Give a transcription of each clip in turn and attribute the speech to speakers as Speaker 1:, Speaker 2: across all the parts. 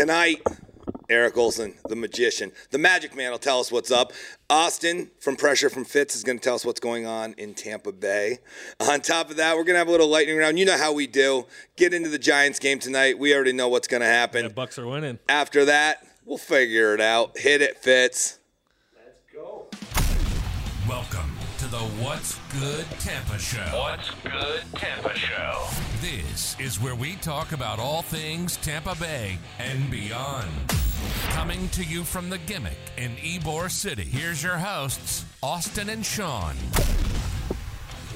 Speaker 1: Tonight, Eric Olson, the magician, the magic man, will tell us what's up. Austin from Pressure from Fitz is going to tell us what's going on in Tampa Bay. On top of that, we're going to have a little lightning round. You know how we do. Get into the Giants game tonight. We already know what's going to happen.
Speaker 2: The Bucks are winning.
Speaker 1: After that, we'll figure it out. Hit it, Fitz.
Speaker 3: Welcome to the What's Good Tampa Show. What's Good Tampa Show. This is where we talk about all things Tampa Bay and beyond. Coming to you from the gimmick in Ybor City, here's your hosts, Austin and Sean.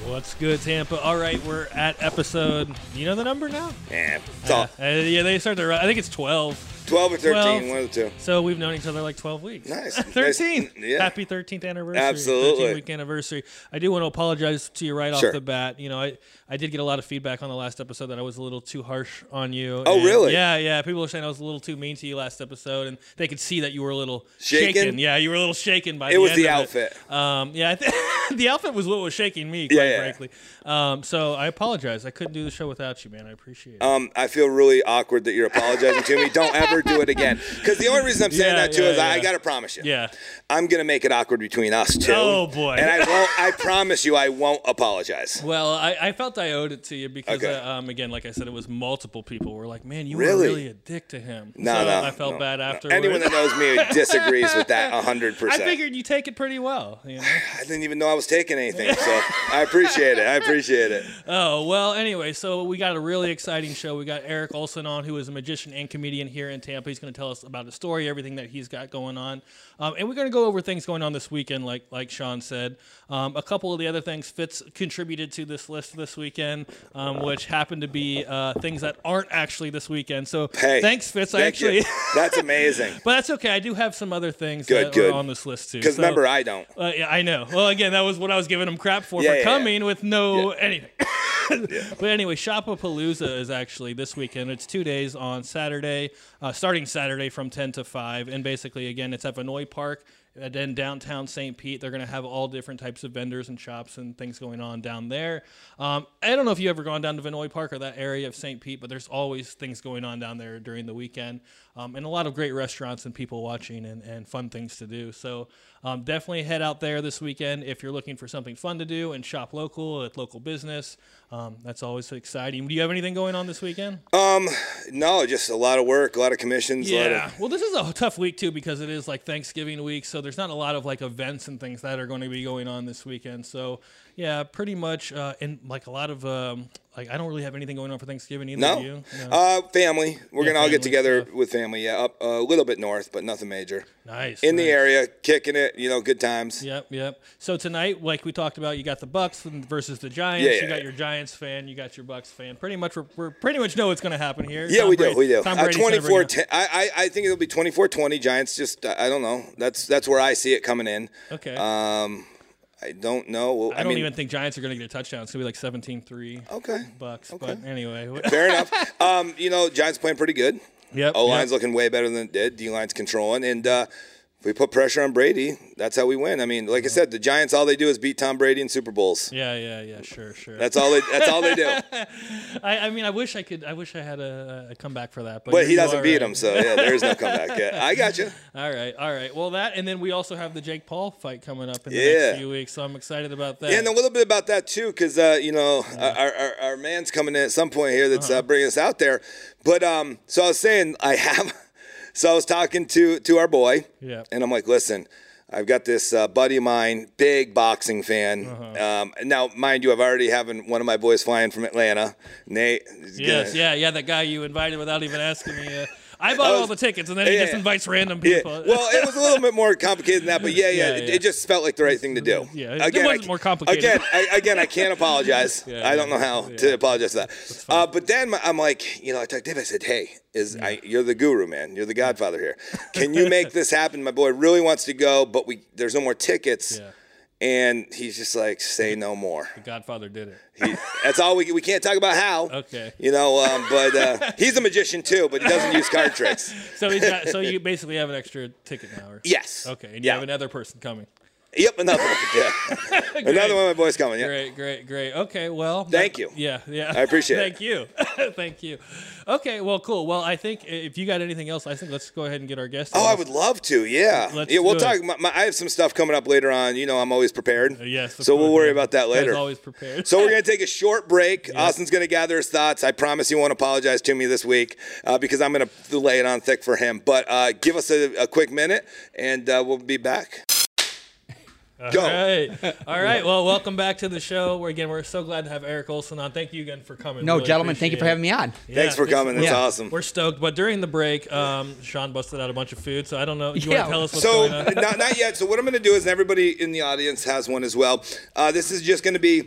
Speaker 2: What's good, Tampa? All right, we're at episode. You know the number now?
Speaker 1: Yeah, it's all,
Speaker 2: Uh, yeah, they start to. ru- I think it's twelve.
Speaker 1: 12 or 13,
Speaker 2: 12.
Speaker 1: one of the two.
Speaker 2: So we've known each other like twelve weeks.
Speaker 1: Nice.
Speaker 2: thirteen.
Speaker 1: Nice. Yeah.
Speaker 2: Happy thirteenth anniversary.
Speaker 1: Absolutely.
Speaker 2: 13 week anniversary. I do want to apologize to you right
Speaker 1: Sure.
Speaker 2: off the bat. You know, I I did get a lot of feedback on the last episode that I was a little too harsh on you.
Speaker 1: Oh,
Speaker 2: And
Speaker 1: really?
Speaker 2: Yeah, yeah. People were saying I was a little too mean to you last episode, and they could see that you were a little
Speaker 1: Shaken?
Speaker 2: shaken. Yeah, you were a little shaken by
Speaker 1: It
Speaker 2: the
Speaker 1: was
Speaker 2: end
Speaker 1: the
Speaker 2: of
Speaker 1: outfit.
Speaker 2: Um, yeah, I th- the outfit was what was shaking me,
Speaker 1: Yeah,
Speaker 2: quite
Speaker 1: yeah.
Speaker 2: frankly. Um, so I apologize. I couldn't do the show without you, man. I appreciate it.
Speaker 1: Um, I feel really awkward that you're apologizing to me. Don't ever do it again. Because the only reason I'm saying
Speaker 2: Yeah,
Speaker 1: that, too,
Speaker 2: yeah,
Speaker 1: is I, I
Speaker 2: yeah.
Speaker 1: got to promise you.
Speaker 2: yeah.
Speaker 1: I'm gonna make it awkward between us two.
Speaker 2: Oh, boy.
Speaker 1: And I won't. I promise you, I won't apologize.
Speaker 2: Well, I, I felt I owed it to you because,
Speaker 1: Okay.
Speaker 2: uh, um, again, like I said, it was multiple people were like, "Man, you were
Speaker 1: Really?
Speaker 2: really a dick to him."
Speaker 1: No,
Speaker 2: so
Speaker 1: no.
Speaker 2: I felt
Speaker 1: no,
Speaker 2: bad
Speaker 1: no.
Speaker 2: after.
Speaker 1: Anyone that knows me disagrees with that hundred
Speaker 2: I
Speaker 1: percent.
Speaker 2: figured you take it pretty well. You know?
Speaker 1: I didn't even know I was taking anything, so I appreciate it. I appreciate it.
Speaker 2: Oh, well, anyway, so we got a really exciting show. We got Eric Olson on, who is a magician and comedian here in Tampa. He's going to tell us about his story, everything that he's got going on. Um, and we're going to go over things going on this weekend, like like Sean said. Um, a couple of the other things Fitz contributed to this list this weekend, um, which happened to be uh, things that aren't actually this weekend. So
Speaker 1: Hey,
Speaker 2: thanks, Fitz. I
Speaker 1: thank you.
Speaker 2: actually.
Speaker 1: that's amazing.
Speaker 2: But that's okay. I do have some other things
Speaker 1: Good,
Speaker 2: that
Speaker 1: good.
Speaker 2: are on this list too.
Speaker 1: Because
Speaker 2: So-
Speaker 1: remember, I don't.
Speaker 2: uh, yeah, I know. Well, again, that was what I was giving him crap for
Speaker 1: Yeah,
Speaker 2: for
Speaker 1: yeah,
Speaker 2: coming with no anything. But anyway, Shopapalooza is actually this weekend. It's two days on Saturday, uh, starting Saturday from 10 to 5. And basically, again, it's at Vanoy Park and then downtown St. Pete. They're going to have all different types of vendors and shops and things going on down there. Um, I don't know if you've ever gone down to Vanoy Park or that area of St. Pete, but there's always things going on down there during the weekend um, and a lot of great restaurants and people watching and, and fun things to do. So um, definitely head out there this weekend if you're looking for something fun to do and shop local at local business. Um, that's always exciting. Do you have anything going on this weekend?
Speaker 1: Oh, No, just a lot of work, a lot of commissions. A lot of,
Speaker 2: Well, this is a tough week too because it is like Thanksgiving week, so there's not a lot of like events and things that are going to be going on this weekend. So yeah, pretty much uh, and like a lot of um, like I don't really have anything going on for Thanksgiving either.
Speaker 1: no,
Speaker 2: Do you? No.
Speaker 1: Uh, family. We're
Speaker 2: Yeah,
Speaker 1: gonna all get
Speaker 2: family
Speaker 1: together
Speaker 2: stuff.
Speaker 1: with family. Yeah, up a little bit north, but nothing major.
Speaker 2: nice.
Speaker 1: In the
Speaker 2: nice.
Speaker 1: area, kicking it. You know, good times.
Speaker 2: Yep, yep. So tonight, like we talked about, you got the Bucks versus the Giants.
Speaker 1: Yeah, yeah,
Speaker 2: you got
Speaker 1: yeah.
Speaker 2: your Giants fan. You got your Bucks fan. Pretty much, we're, we're pretty much know what's going to happen here.
Speaker 1: Yeah,
Speaker 2: Tom
Speaker 1: we
Speaker 2: Brady-
Speaker 1: do. We do.
Speaker 2: Tom
Speaker 1: Uh,
Speaker 2: Brady's gonna bring
Speaker 1: 24
Speaker 2: it.
Speaker 1: 10, I, I I think it'll be 24 20. Giants just, uh, I I don't know. That's that's where I see it coming in.
Speaker 2: Okay.
Speaker 1: Um, I don't know. Well,
Speaker 2: I don't
Speaker 1: mean,
Speaker 2: even think Giants are going to get a touchdown. It's going to be like 17-3
Speaker 1: Okay.
Speaker 2: Bucks.
Speaker 1: Okay.
Speaker 2: But anyway,
Speaker 1: Fair enough. Um, you know, Giants playing pretty good.
Speaker 2: yep.
Speaker 1: O line's
Speaker 2: yep.
Speaker 1: looking way better than it did. D line's controlling. And uh, if we put pressure on Brady, that's how we win. I mean, like I said, the Giants, all they do is beat Tom Brady in Super Bowls.
Speaker 2: Yeah, yeah, yeah. Sure, sure.
Speaker 1: That's all they. That's all they do.
Speaker 2: I, I mean, I wish I could. I wish I had a, a comeback for that. But,
Speaker 1: But
Speaker 2: you-
Speaker 1: he
Speaker 2: you
Speaker 1: doesn't
Speaker 2: are
Speaker 1: beat
Speaker 2: right.
Speaker 1: him, so yeah, there is no comeback. Yeah, I got you.
Speaker 2: All right, all right. Well, that and then we also have the Jake Paul fight coming up in the
Speaker 1: Yeah.
Speaker 2: next few weeks, so I'm excited about that.
Speaker 1: Yeah, and a little bit about that too, because uh, you know our, our our man's coming in at some point here that's
Speaker 2: Uh-huh.
Speaker 1: uh bringing us out there. But um, so I was saying I have, so I was talking to to our boy,
Speaker 2: Yeah.
Speaker 1: and I'm like, listen, I've got this uh, buddy of mine, big boxing fan.
Speaker 2: Uh-huh.
Speaker 1: Um, now, mind you, I've already having one of my boys flying from Atlanta, Nate. is gonna-
Speaker 2: Yes, yeah, yeah. That guy you invited without even asking me. Uh, I bought
Speaker 1: was-
Speaker 2: all the tickets, and then he
Speaker 1: yeah,
Speaker 2: just
Speaker 1: yeah.
Speaker 2: invites random
Speaker 1: Yeah.
Speaker 2: people.
Speaker 1: Well, it was a little bit more complicated than that, but yeah, yeah,
Speaker 2: Yeah,
Speaker 1: it,
Speaker 2: yeah.
Speaker 1: it just felt like the right thing to do.
Speaker 2: Yeah, it wasn't
Speaker 1: I-
Speaker 2: more complicated.
Speaker 1: Again, I, again, I can't apologize. I don't know how to apologize for that. Uh, but then my- I'm like, you know, I talked to Dave. I said, "Hey, is I, you're the guru, man. You're the godfather here. Can you make this happen? My boy really wants to go, but we there's no more tickets."
Speaker 2: yeah,
Speaker 1: And he's just like, "Say no more."
Speaker 2: the Godfather did it.
Speaker 1: He- that's all we we can't talk about how.
Speaker 2: Okay.
Speaker 1: You know, um, but uh, he's a magician too, but he doesn't use card tricks.
Speaker 2: So he's got. so you basically have an extra ticket now. Or,
Speaker 1: Yes.
Speaker 2: Okay, and you
Speaker 1: yeah.
Speaker 2: have another person coming.
Speaker 1: Yep, another one. Yeah. another one. My boy's coming. Yeah.
Speaker 2: Great, great, great. Okay, well.
Speaker 1: Thank you.
Speaker 2: Yeah, yeah.
Speaker 1: I appreciate
Speaker 2: Thank you. Thank you. Okay, well, cool. Well, I think i- if you got anything else, I think let's go ahead and get our guest.
Speaker 1: Oh,
Speaker 2: on.
Speaker 1: I would love to. Yeah.
Speaker 2: Let's
Speaker 1: yeah, we'll
Speaker 2: do it. Uh,
Speaker 1: talk. My, my, I have some stuff coming up later on. You know, I'm always prepared.
Speaker 2: Yes. of
Speaker 1: So we'll
Speaker 2: course,
Speaker 1: worry
Speaker 2: yeah.
Speaker 1: about that
Speaker 2: You guys
Speaker 1: later.
Speaker 2: Always prepared.
Speaker 1: So we're gonna take a short break. Austin's gonna gather his thoughts. I promise he won't apologize to me this week uh, because I'm gonna lay it on thick for him. But uh, give us a, a quick minute, and uh, we'll be back. Go.
Speaker 2: All right. All right. Well, welcome back to the show. We're again, we're so glad to have Eric Olson on. Thank you again for coming.
Speaker 4: No,
Speaker 2: Really
Speaker 4: gentlemen, thank you for
Speaker 2: appreciate it.
Speaker 4: having me on.
Speaker 1: Thanks for coming. That's
Speaker 4: Yeah.
Speaker 1: awesome.
Speaker 2: We're stoked, but during the break, um, Sean busted out a bunch of food, so I don't know. You want
Speaker 4: Yeah.
Speaker 2: to tell us what's
Speaker 1: so
Speaker 2: going on?
Speaker 1: not, not yet. So what I'm going to do is, and everybody in the audience has one as well. Uh, this is just going to be.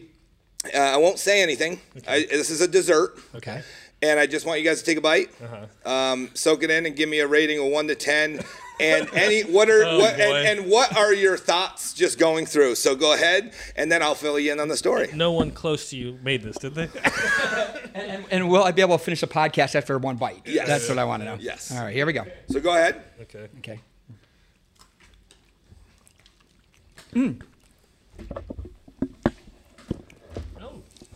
Speaker 1: Uh, I won't say anything. I, this is a dessert,
Speaker 4: Okay.
Speaker 1: and I just want you guys to take a bite,
Speaker 2: Uh-huh.
Speaker 1: um, soak it in, and give me a rating of one to ten. And any what are
Speaker 2: Oh,
Speaker 1: what
Speaker 2: boy.
Speaker 1: and, and what are your thoughts just going through? So go ahead, and then I'll fill you in on the story.
Speaker 2: No one close to you made this, did they?
Speaker 4: And, and will I be able to finish the podcast after one bite?
Speaker 1: Yes.
Speaker 4: That's what I want to know.
Speaker 1: Yes.
Speaker 4: All right, here we go.
Speaker 1: So go ahead.
Speaker 2: Okay.
Speaker 4: Okay.
Speaker 2: No.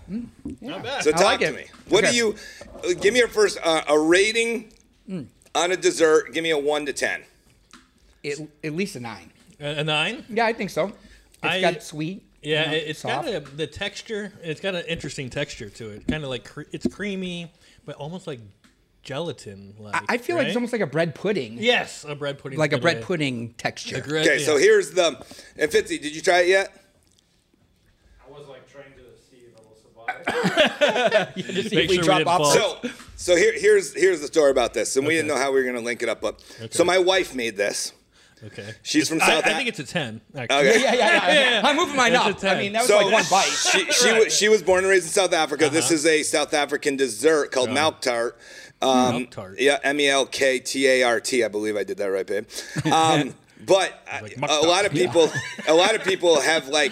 Speaker 4: Mm.
Speaker 2: Not bad.
Speaker 1: So talk
Speaker 4: like
Speaker 1: to
Speaker 4: it.
Speaker 1: me. What
Speaker 4: Okay.
Speaker 1: do you? uh, Give me a first uh, a rating
Speaker 4: Mm.
Speaker 1: on a dessert. Give me a one to ten.
Speaker 4: At, at least a nine.
Speaker 2: a a nine?
Speaker 4: Yeah, I think so. It's
Speaker 2: I-
Speaker 4: got sweet.
Speaker 2: Yeah,
Speaker 4: you know,
Speaker 2: it, it's
Speaker 4: soft.
Speaker 2: got a, the texture. It's got an interesting texture to it. Kind of like cre- it's creamy, but almost like gelatin. Like
Speaker 4: I I feel like it's almost like a bread pudding.
Speaker 2: yes, a bread pudding.
Speaker 4: Like a bread pudding texture.
Speaker 1: Okay, so here's the. And Fitzy, did you try it yet?
Speaker 5: I was like trying to see if I will survive.
Speaker 4: Just see
Speaker 2: Make
Speaker 4: if we
Speaker 2: sure we
Speaker 4: drop
Speaker 2: didn't
Speaker 4: off-
Speaker 2: fall.
Speaker 1: So, so here, here's here's the story about this, and we didn't know how we were gonna link it up. But so my wife made this.
Speaker 2: okay.
Speaker 1: She's from
Speaker 2: I,
Speaker 1: South.
Speaker 2: I
Speaker 1: Af-
Speaker 2: think it's a ten. Actually.
Speaker 1: Okay.
Speaker 4: Yeah, yeah, yeah. yeah. I'm moving mine
Speaker 2: That's a
Speaker 4: up.
Speaker 2: ten.
Speaker 4: I mean, that was
Speaker 1: so
Speaker 4: like one bite.
Speaker 1: She, she, wa- she was born and raised in South Africa. This
Speaker 2: Uh-huh.
Speaker 1: is a South African dessert called
Speaker 2: Yeah.
Speaker 1: malk tart. Um,
Speaker 2: Milk Uh-huh. tart.
Speaker 1: Yeah, M E L K T A R T. I believe I did that right, babe. Um, but I- a
Speaker 2: Like mukbang.
Speaker 1: lot of people, a lot of people have like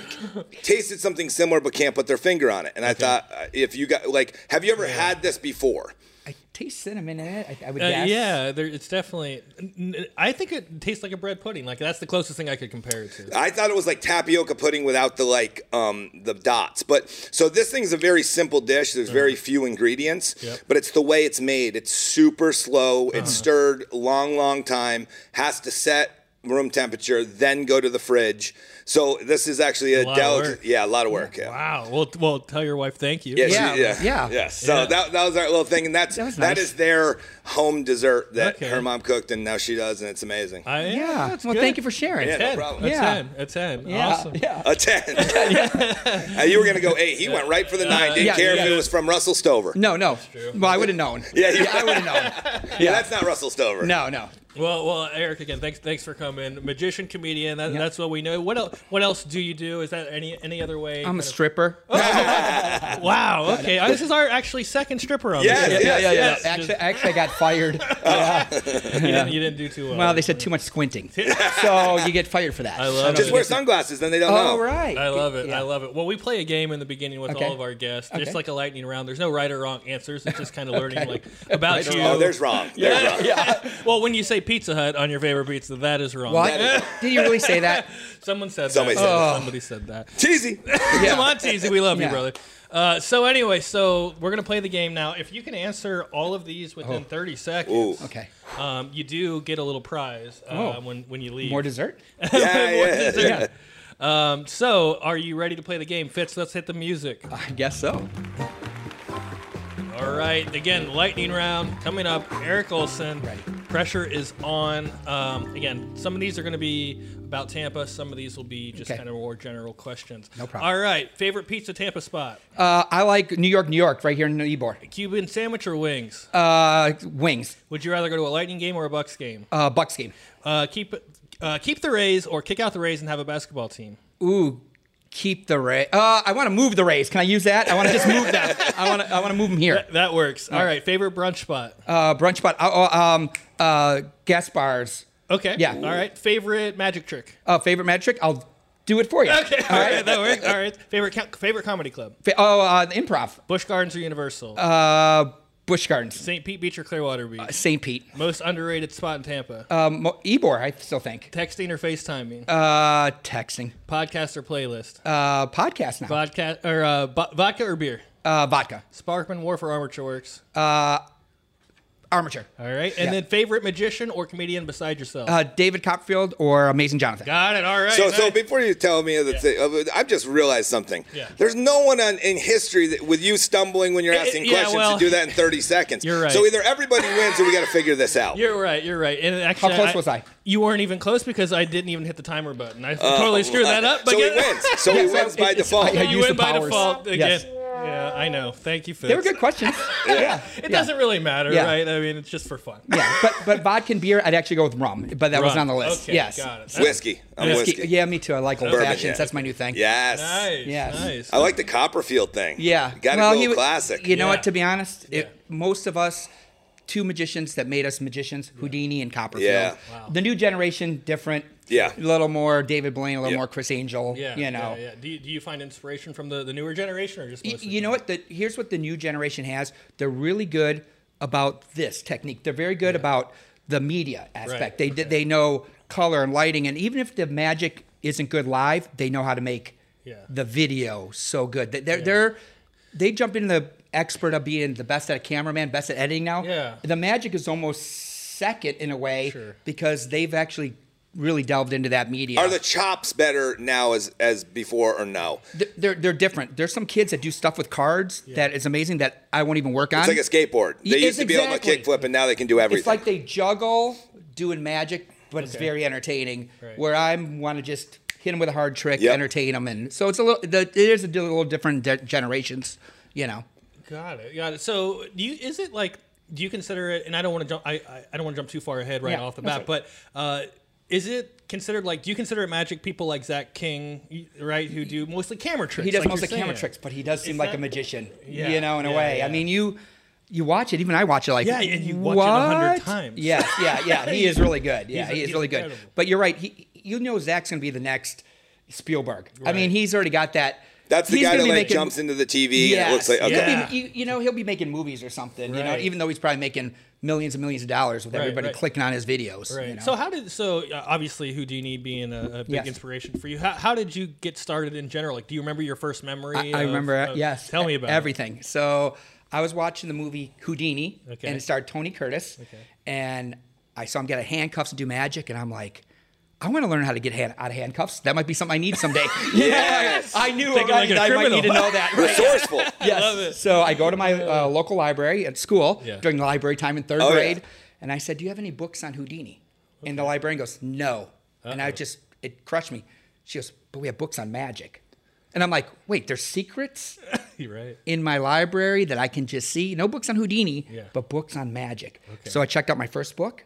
Speaker 1: tasted something similar but can't put their finger on it. And I thought, uh, if you got like, have you ever had this before?
Speaker 4: I taste cinnamon in it. I, I would
Speaker 2: Uh,
Speaker 4: guess.
Speaker 2: Yeah, there, it's definitely. n- n- I think it tastes like a bread pudding. Like that's the closest thing I could compare it to.
Speaker 1: I thought it was like tapioca pudding without the like um, the dots. But so this thing's a very simple dish. There's very few ingredients,
Speaker 2: Uh-huh. Yep. Uh-huh.
Speaker 1: but it's the way it's made. It's super slow. It's stirred long, long time. Has to set room temperature, then go to the fridge. So this is actually a,
Speaker 2: lot of
Speaker 1: delicate.
Speaker 2: work.
Speaker 1: Yeah, a lot of work. Yeah.
Speaker 2: Wow. Well, t- well, tell your wife thank you.
Speaker 1: Yeah,
Speaker 4: Yeah,
Speaker 1: she- yeah,
Speaker 4: yeah.
Speaker 1: yeah. So
Speaker 2: Yeah.
Speaker 1: That, that was our little thing, and that's that
Speaker 4: That
Speaker 1: is
Speaker 4: was nice.
Speaker 1: their home dessert that
Speaker 2: Okay.
Speaker 1: her mom cooked, and now she does, and it's amazing.
Speaker 2: I, yeah.
Speaker 4: Yeah.
Speaker 2: that's
Speaker 4: well,
Speaker 2: good.
Speaker 4: thank you for sharing.
Speaker 1: Yeah, no
Speaker 2: Ten.
Speaker 1: problem.
Speaker 2: A
Speaker 4: Yeah.
Speaker 2: ten. A ten.
Speaker 4: Yeah.
Speaker 2: Awesome.
Speaker 4: yeah.
Speaker 1: A ten. Uh, you were gonna go eight. He went right for the nine. Didn't
Speaker 4: yeah,
Speaker 1: care if
Speaker 4: yeah.
Speaker 1: it was from Russell Stover.
Speaker 4: No, no. Well, I would have known.
Speaker 1: Yeah, yeah.
Speaker 4: I would have known.
Speaker 1: yeah. that's not Russell Stover.
Speaker 4: No, no.
Speaker 2: Well, well, Eric, again, thanks, thanks for coming. Magician, comedian. That, That's what we know. What else? What else do you do? Is that any any other way?
Speaker 4: I'm
Speaker 2: kind
Speaker 4: a
Speaker 2: of-
Speaker 4: stripper.
Speaker 2: Wow. Okay. Uh, this is our actually second stripper on.
Speaker 1: Yes,
Speaker 2: the show.
Speaker 1: yes, Yeah, yeah, yeah.
Speaker 2: Just-
Speaker 4: Actually, actually, I got fired.
Speaker 2: you, didn't, you didn't do too well.
Speaker 4: Well, they said too much squinting, so you get fired for that.
Speaker 2: I love
Speaker 1: Just
Speaker 2: it.
Speaker 1: wear sunglasses, then they don't
Speaker 4: Oh,
Speaker 1: know.
Speaker 4: right.
Speaker 2: I love it.
Speaker 4: Yeah.
Speaker 2: I love it. Well, we play a game in the beginning with
Speaker 4: Okay.
Speaker 2: all of our guests, just
Speaker 4: Okay.
Speaker 2: like a lightning round. There's no right or wrong answers. It's just kind of learning like about you.
Speaker 1: Oh, there's wrong. There's wrong.
Speaker 2: well, when you say Pizza Hut on your favorite pizza, that is wrong.
Speaker 4: What?
Speaker 1: That
Speaker 4: Did you really say that?
Speaker 2: Someone said
Speaker 1: Somebody
Speaker 2: that. Oh,
Speaker 1: said that.
Speaker 2: Somebody said that.
Speaker 1: Cheesy.
Speaker 2: Come on, TZ. We love you,
Speaker 4: Yeah.
Speaker 2: brother. Uh, so anyway, so we're gonna play the game now. If you can answer all of these
Speaker 4: Oh.
Speaker 2: within 30
Speaker 1: Ooh.
Speaker 2: seconds,
Speaker 4: Okay.
Speaker 2: um, you do get a little prize um,
Speaker 4: Oh.
Speaker 2: when when you leave.
Speaker 4: More dessert?
Speaker 1: Yeah,
Speaker 2: More
Speaker 1: yeah.
Speaker 2: dessert. Um, so, are you ready to play the game, Fitz? Let's hit the music.
Speaker 4: I guess so.
Speaker 2: All right, again, lightning round coming up. Eric Olson,
Speaker 4: Ready.
Speaker 2: pressure is on. Um, again, some of these are going to be about Tampa. Some of these will be just
Speaker 4: Okay.
Speaker 2: kind of more general questions.
Speaker 4: No problem.
Speaker 2: All right, favorite pizza Tampa spot:
Speaker 4: Uh, I like New York, New York, right here in Ybor.
Speaker 2: Cuban sandwich or wings?
Speaker 4: Uh, wings,
Speaker 2: Would you rather go to a Lightning game or a Bucks game?
Speaker 4: uh, Bucks game.
Speaker 2: Uh, keep uh, keep the Rays or kick out the Rays and have a basketball team.
Speaker 4: Ooh, keep the Rays. Uh, I want to move the Rays. Can I use that? I want to just move them. I want to. I want to move them here.
Speaker 2: That works. All right, favorite brunch spot.
Speaker 4: Uh, brunch spot. Uh, uh, um, uh, gas bars.
Speaker 2: okay.
Speaker 4: yeah.
Speaker 2: All right, favorite magic trick.
Speaker 4: Uh, favorite metric. I'll do it for you.
Speaker 2: Okay. All right, that works. All right, favorite co- favorite comedy club.
Speaker 4: Fa- Oh, uh, the improv.
Speaker 2: Busch Gardens or Universal?
Speaker 4: Uh, Busch Gardens,
Speaker 2: St. Pete Beach or Clearwater Beach?
Speaker 4: St. Pete,
Speaker 2: Most underrated spot in Tampa.
Speaker 4: um, Mo- Ebor. I still think.
Speaker 2: Texting or FaceTiming?
Speaker 4: Uh, texting.
Speaker 2: Podcast or playlist?
Speaker 4: Uh, podcast now.
Speaker 2: Vodka or uh, bo- vodka or beer?
Speaker 4: Uh, vodka.
Speaker 2: Sparkman Wharf or Armature Works?
Speaker 4: Armature.
Speaker 2: All right, and
Speaker 4: yeah.
Speaker 2: then favorite magician or comedian beside yourself?
Speaker 4: Uh, David Copperfield or Amazing Jonathan.
Speaker 2: Got it. All right.
Speaker 1: So, so
Speaker 2: nice.
Speaker 1: before you tell me the thing, uh, I've just realized something.
Speaker 2: Yeah.
Speaker 1: There's no one on, in history that, with you stumbling when you're
Speaker 2: Eh,
Speaker 1: asking
Speaker 2: yeah,
Speaker 1: questions
Speaker 2: well-
Speaker 1: to do that in 30 seconds.
Speaker 2: You're right.
Speaker 1: So either everybody wins or we got to figure this out.
Speaker 2: You're right. You're right. And actually,
Speaker 4: close was I?
Speaker 2: You weren't even close because I didn't even hit the timer button. I totally screwed that up. But
Speaker 1: Oh, Uh, so he
Speaker 2: get-
Speaker 1: wins. So he wins by
Speaker 4: it's-
Speaker 1: default.
Speaker 4: I
Speaker 2: you win
Speaker 4: used the
Speaker 2: by
Speaker 4: powers.
Speaker 2: default again.
Speaker 4: Yes.
Speaker 2: Yeah, I know. Thank you, Fitz.
Speaker 4: They were good questions. yeah.
Speaker 2: It doesn't really matter,
Speaker 4: Yeah.
Speaker 2: right? I mean, it's just for fun.
Speaker 4: Yeah, but but vodka and beer, I'd actually go with rum, but that
Speaker 2: Rum.
Speaker 4: wasn't on the list.
Speaker 2: Okay,
Speaker 4: yes.
Speaker 2: got it.
Speaker 1: Whiskey. I'm
Speaker 4: Whiskey.
Speaker 1: whiskey.
Speaker 4: Yeah, me too. I like old
Speaker 1: Bourbon,
Speaker 4: fashions.
Speaker 1: yeah.
Speaker 4: That's my new thing.
Speaker 1: Yes.
Speaker 2: Nice.
Speaker 4: Yes.
Speaker 2: Nice.
Speaker 1: I like the Copperfield thing.
Speaker 4: Yeah.
Speaker 1: Got to
Speaker 4: well,
Speaker 1: go
Speaker 4: he wa-
Speaker 1: classic.
Speaker 4: You know
Speaker 2: Yeah.
Speaker 4: what? To be honest, it,
Speaker 2: Yeah.
Speaker 4: most of us, two magicians that made us magicians, Houdini and Copperfield.
Speaker 1: Yeah.
Speaker 2: Wow.
Speaker 4: The new generation, different.
Speaker 1: Yeah.
Speaker 4: A little more David Blaine, a little
Speaker 1: Yeah.
Speaker 4: more Chris Angel.
Speaker 2: yeah.
Speaker 4: You know.
Speaker 2: Yeah, yeah. Do, you, do you find inspiration from the, the newer generation or just
Speaker 4: Y-
Speaker 2: mostly
Speaker 4: you know what? The, here's what the new generation has. They're really good about this technique. They're very good about the media
Speaker 2: Right,
Speaker 4: aspect. They d they know color and lighting, and even if the magic isn't good live, they know how to make
Speaker 2: Yeah.
Speaker 4: the video so good. They- They're they're they jump into the expert of being the best at a cameraman, best at editing now.
Speaker 2: Yeah.
Speaker 4: the magic is almost second in a way
Speaker 2: Sure.
Speaker 4: because they've actually really delved into that media.
Speaker 1: Are the chops better now as as before or no?
Speaker 4: Th- they're they're different. There's some kids that do stuff with cards that is amazing that I won't even work
Speaker 1: It's
Speaker 4: on.
Speaker 1: like a skateboard. They
Speaker 4: Yes,
Speaker 1: used to be able to
Speaker 4: exactly.
Speaker 1: kick flip, and now they can do everything.
Speaker 4: It's like they juggle doing magic, but it's
Speaker 2: Okay.
Speaker 4: very entertaining.
Speaker 2: Right.
Speaker 4: Where I want to just hit them with a hard trick,
Speaker 1: Yep.
Speaker 4: entertain them, and so it's a little. The, it is a di- little different de- generations, you know.
Speaker 2: Got it. Got it. So, do you is it like do you consider it? And I don't want to jump. I, I, I don't want to jump too far ahead right
Speaker 4: Yeah,
Speaker 2: off the bat.
Speaker 4: that's
Speaker 2: But uh, is it considered like? Do you consider it magic? People like Zach King, right, who do mostly camera tricks.
Speaker 4: He does
Speaker 2: like
Speaker 4: mostly
Speaker 2: you're
Speaker 4: camera
Speaker 2: saying.
Speaker 4: tricks, but he does seem
Speaker 2: Is
Speaker 4: like
Speaker 2: that-
Speaker 4: a magician,
Speaker 2: Yeah,
Speaker 4: you know, in a
Speaker 2: yeah,
Speaker 4: way.
Speaker 2: yeah.
Speaker 4: I mean, you you watch it. Even I watch it. Like
Speaker 2: Yeah, and you watch it a hundred
Speaker 4: "What?"
Speaker 2: times.
Speaker 4: Yeah, yeah, yeah. He is really good. Yeah,
Speaker 2: He's-
Speaker 4: he is
Speaker 2: he's
Speaker 4: really good.
Speaker 2: incredible.
Speaker 4: But you're right. He, you know, Zach's gonna be the next Spielberg. I mean,
Speaker 2: Right.
Speaker 4: he's already got that.
Speaker 1: That's the
Speaker 4: he's
Speaker 1: guy
Speaker 4: gonna
Speaker 1: that
Speaker 4: be
Speaker 1: like
Speaker 4: making-
Speaker 1: jumps into the TV
Speaker 4: Yeah,
Speaker 1: and it looks like okay.
Speaker 2: Yeah.
Speaker 4: you, you know, he'll be making movies or something. You know,
Speaker 2: Right.
Speaker 4: even though he's probably making millions and millions of dollars with
Speaker 2: Right,
Speaker 4: everybody
Speaker 2: right.
Speaker 4: clicking on his videos.
Speaker 2: Right.
Speaker 4: you know.
Speaker 2: So how did so uh, obviously Houdini being a, a big
Speaker 4: Yes.
Speaker 2: inspiration for you? How, how did you get started in general? Like, do you remember your first memory?
Speaker 4: I, I
Speaker 2: of-
Speaker 4: remember.
Speaker 2: of-
Speaker 4: yes.
Speaker 2: Tell me
Speaker 4: e-
Speaker 2: about it.
Speaker 4: everything. So I was watching the movie Houdini,
Speaker 2: Okay.
Speaker 4: and it starred Tony Curtis, and I saw him get out of handcuffs and do magic, and I'm like. I want to learn how to get hand, out of handcuffs. That might be something I need someday.
Speaker 1: Yes.
Speaker 4: Yeah, I knew
Speaker 2: Thinking like
Speaker 4: already
Speaker 2: a
Speaker 4: that I might
Speaker 2: criminal.
Speaker 4: need to know that. right?
Speaker 1: resourceful.
Speaker 4: yes. So I go to my uh, local library at school
Speaker 2: Yeah.
Speaker 4: during library time in third
Speaker 1: Oh, yeah.
Speaker 4: grade, and I said, "Do you have any books on Houdini?" And the librarian goes, "No," and I just it crushed me. She goes, "But we have books on magic," and I'm like, "Wait, there's secrets
Speaker 2: You're right.
Speaker 4: in my library that I can just see. No books on Houdini,
Speaker 2: Yeah.
Speaker 4: but books on magic." So I checked out my first book,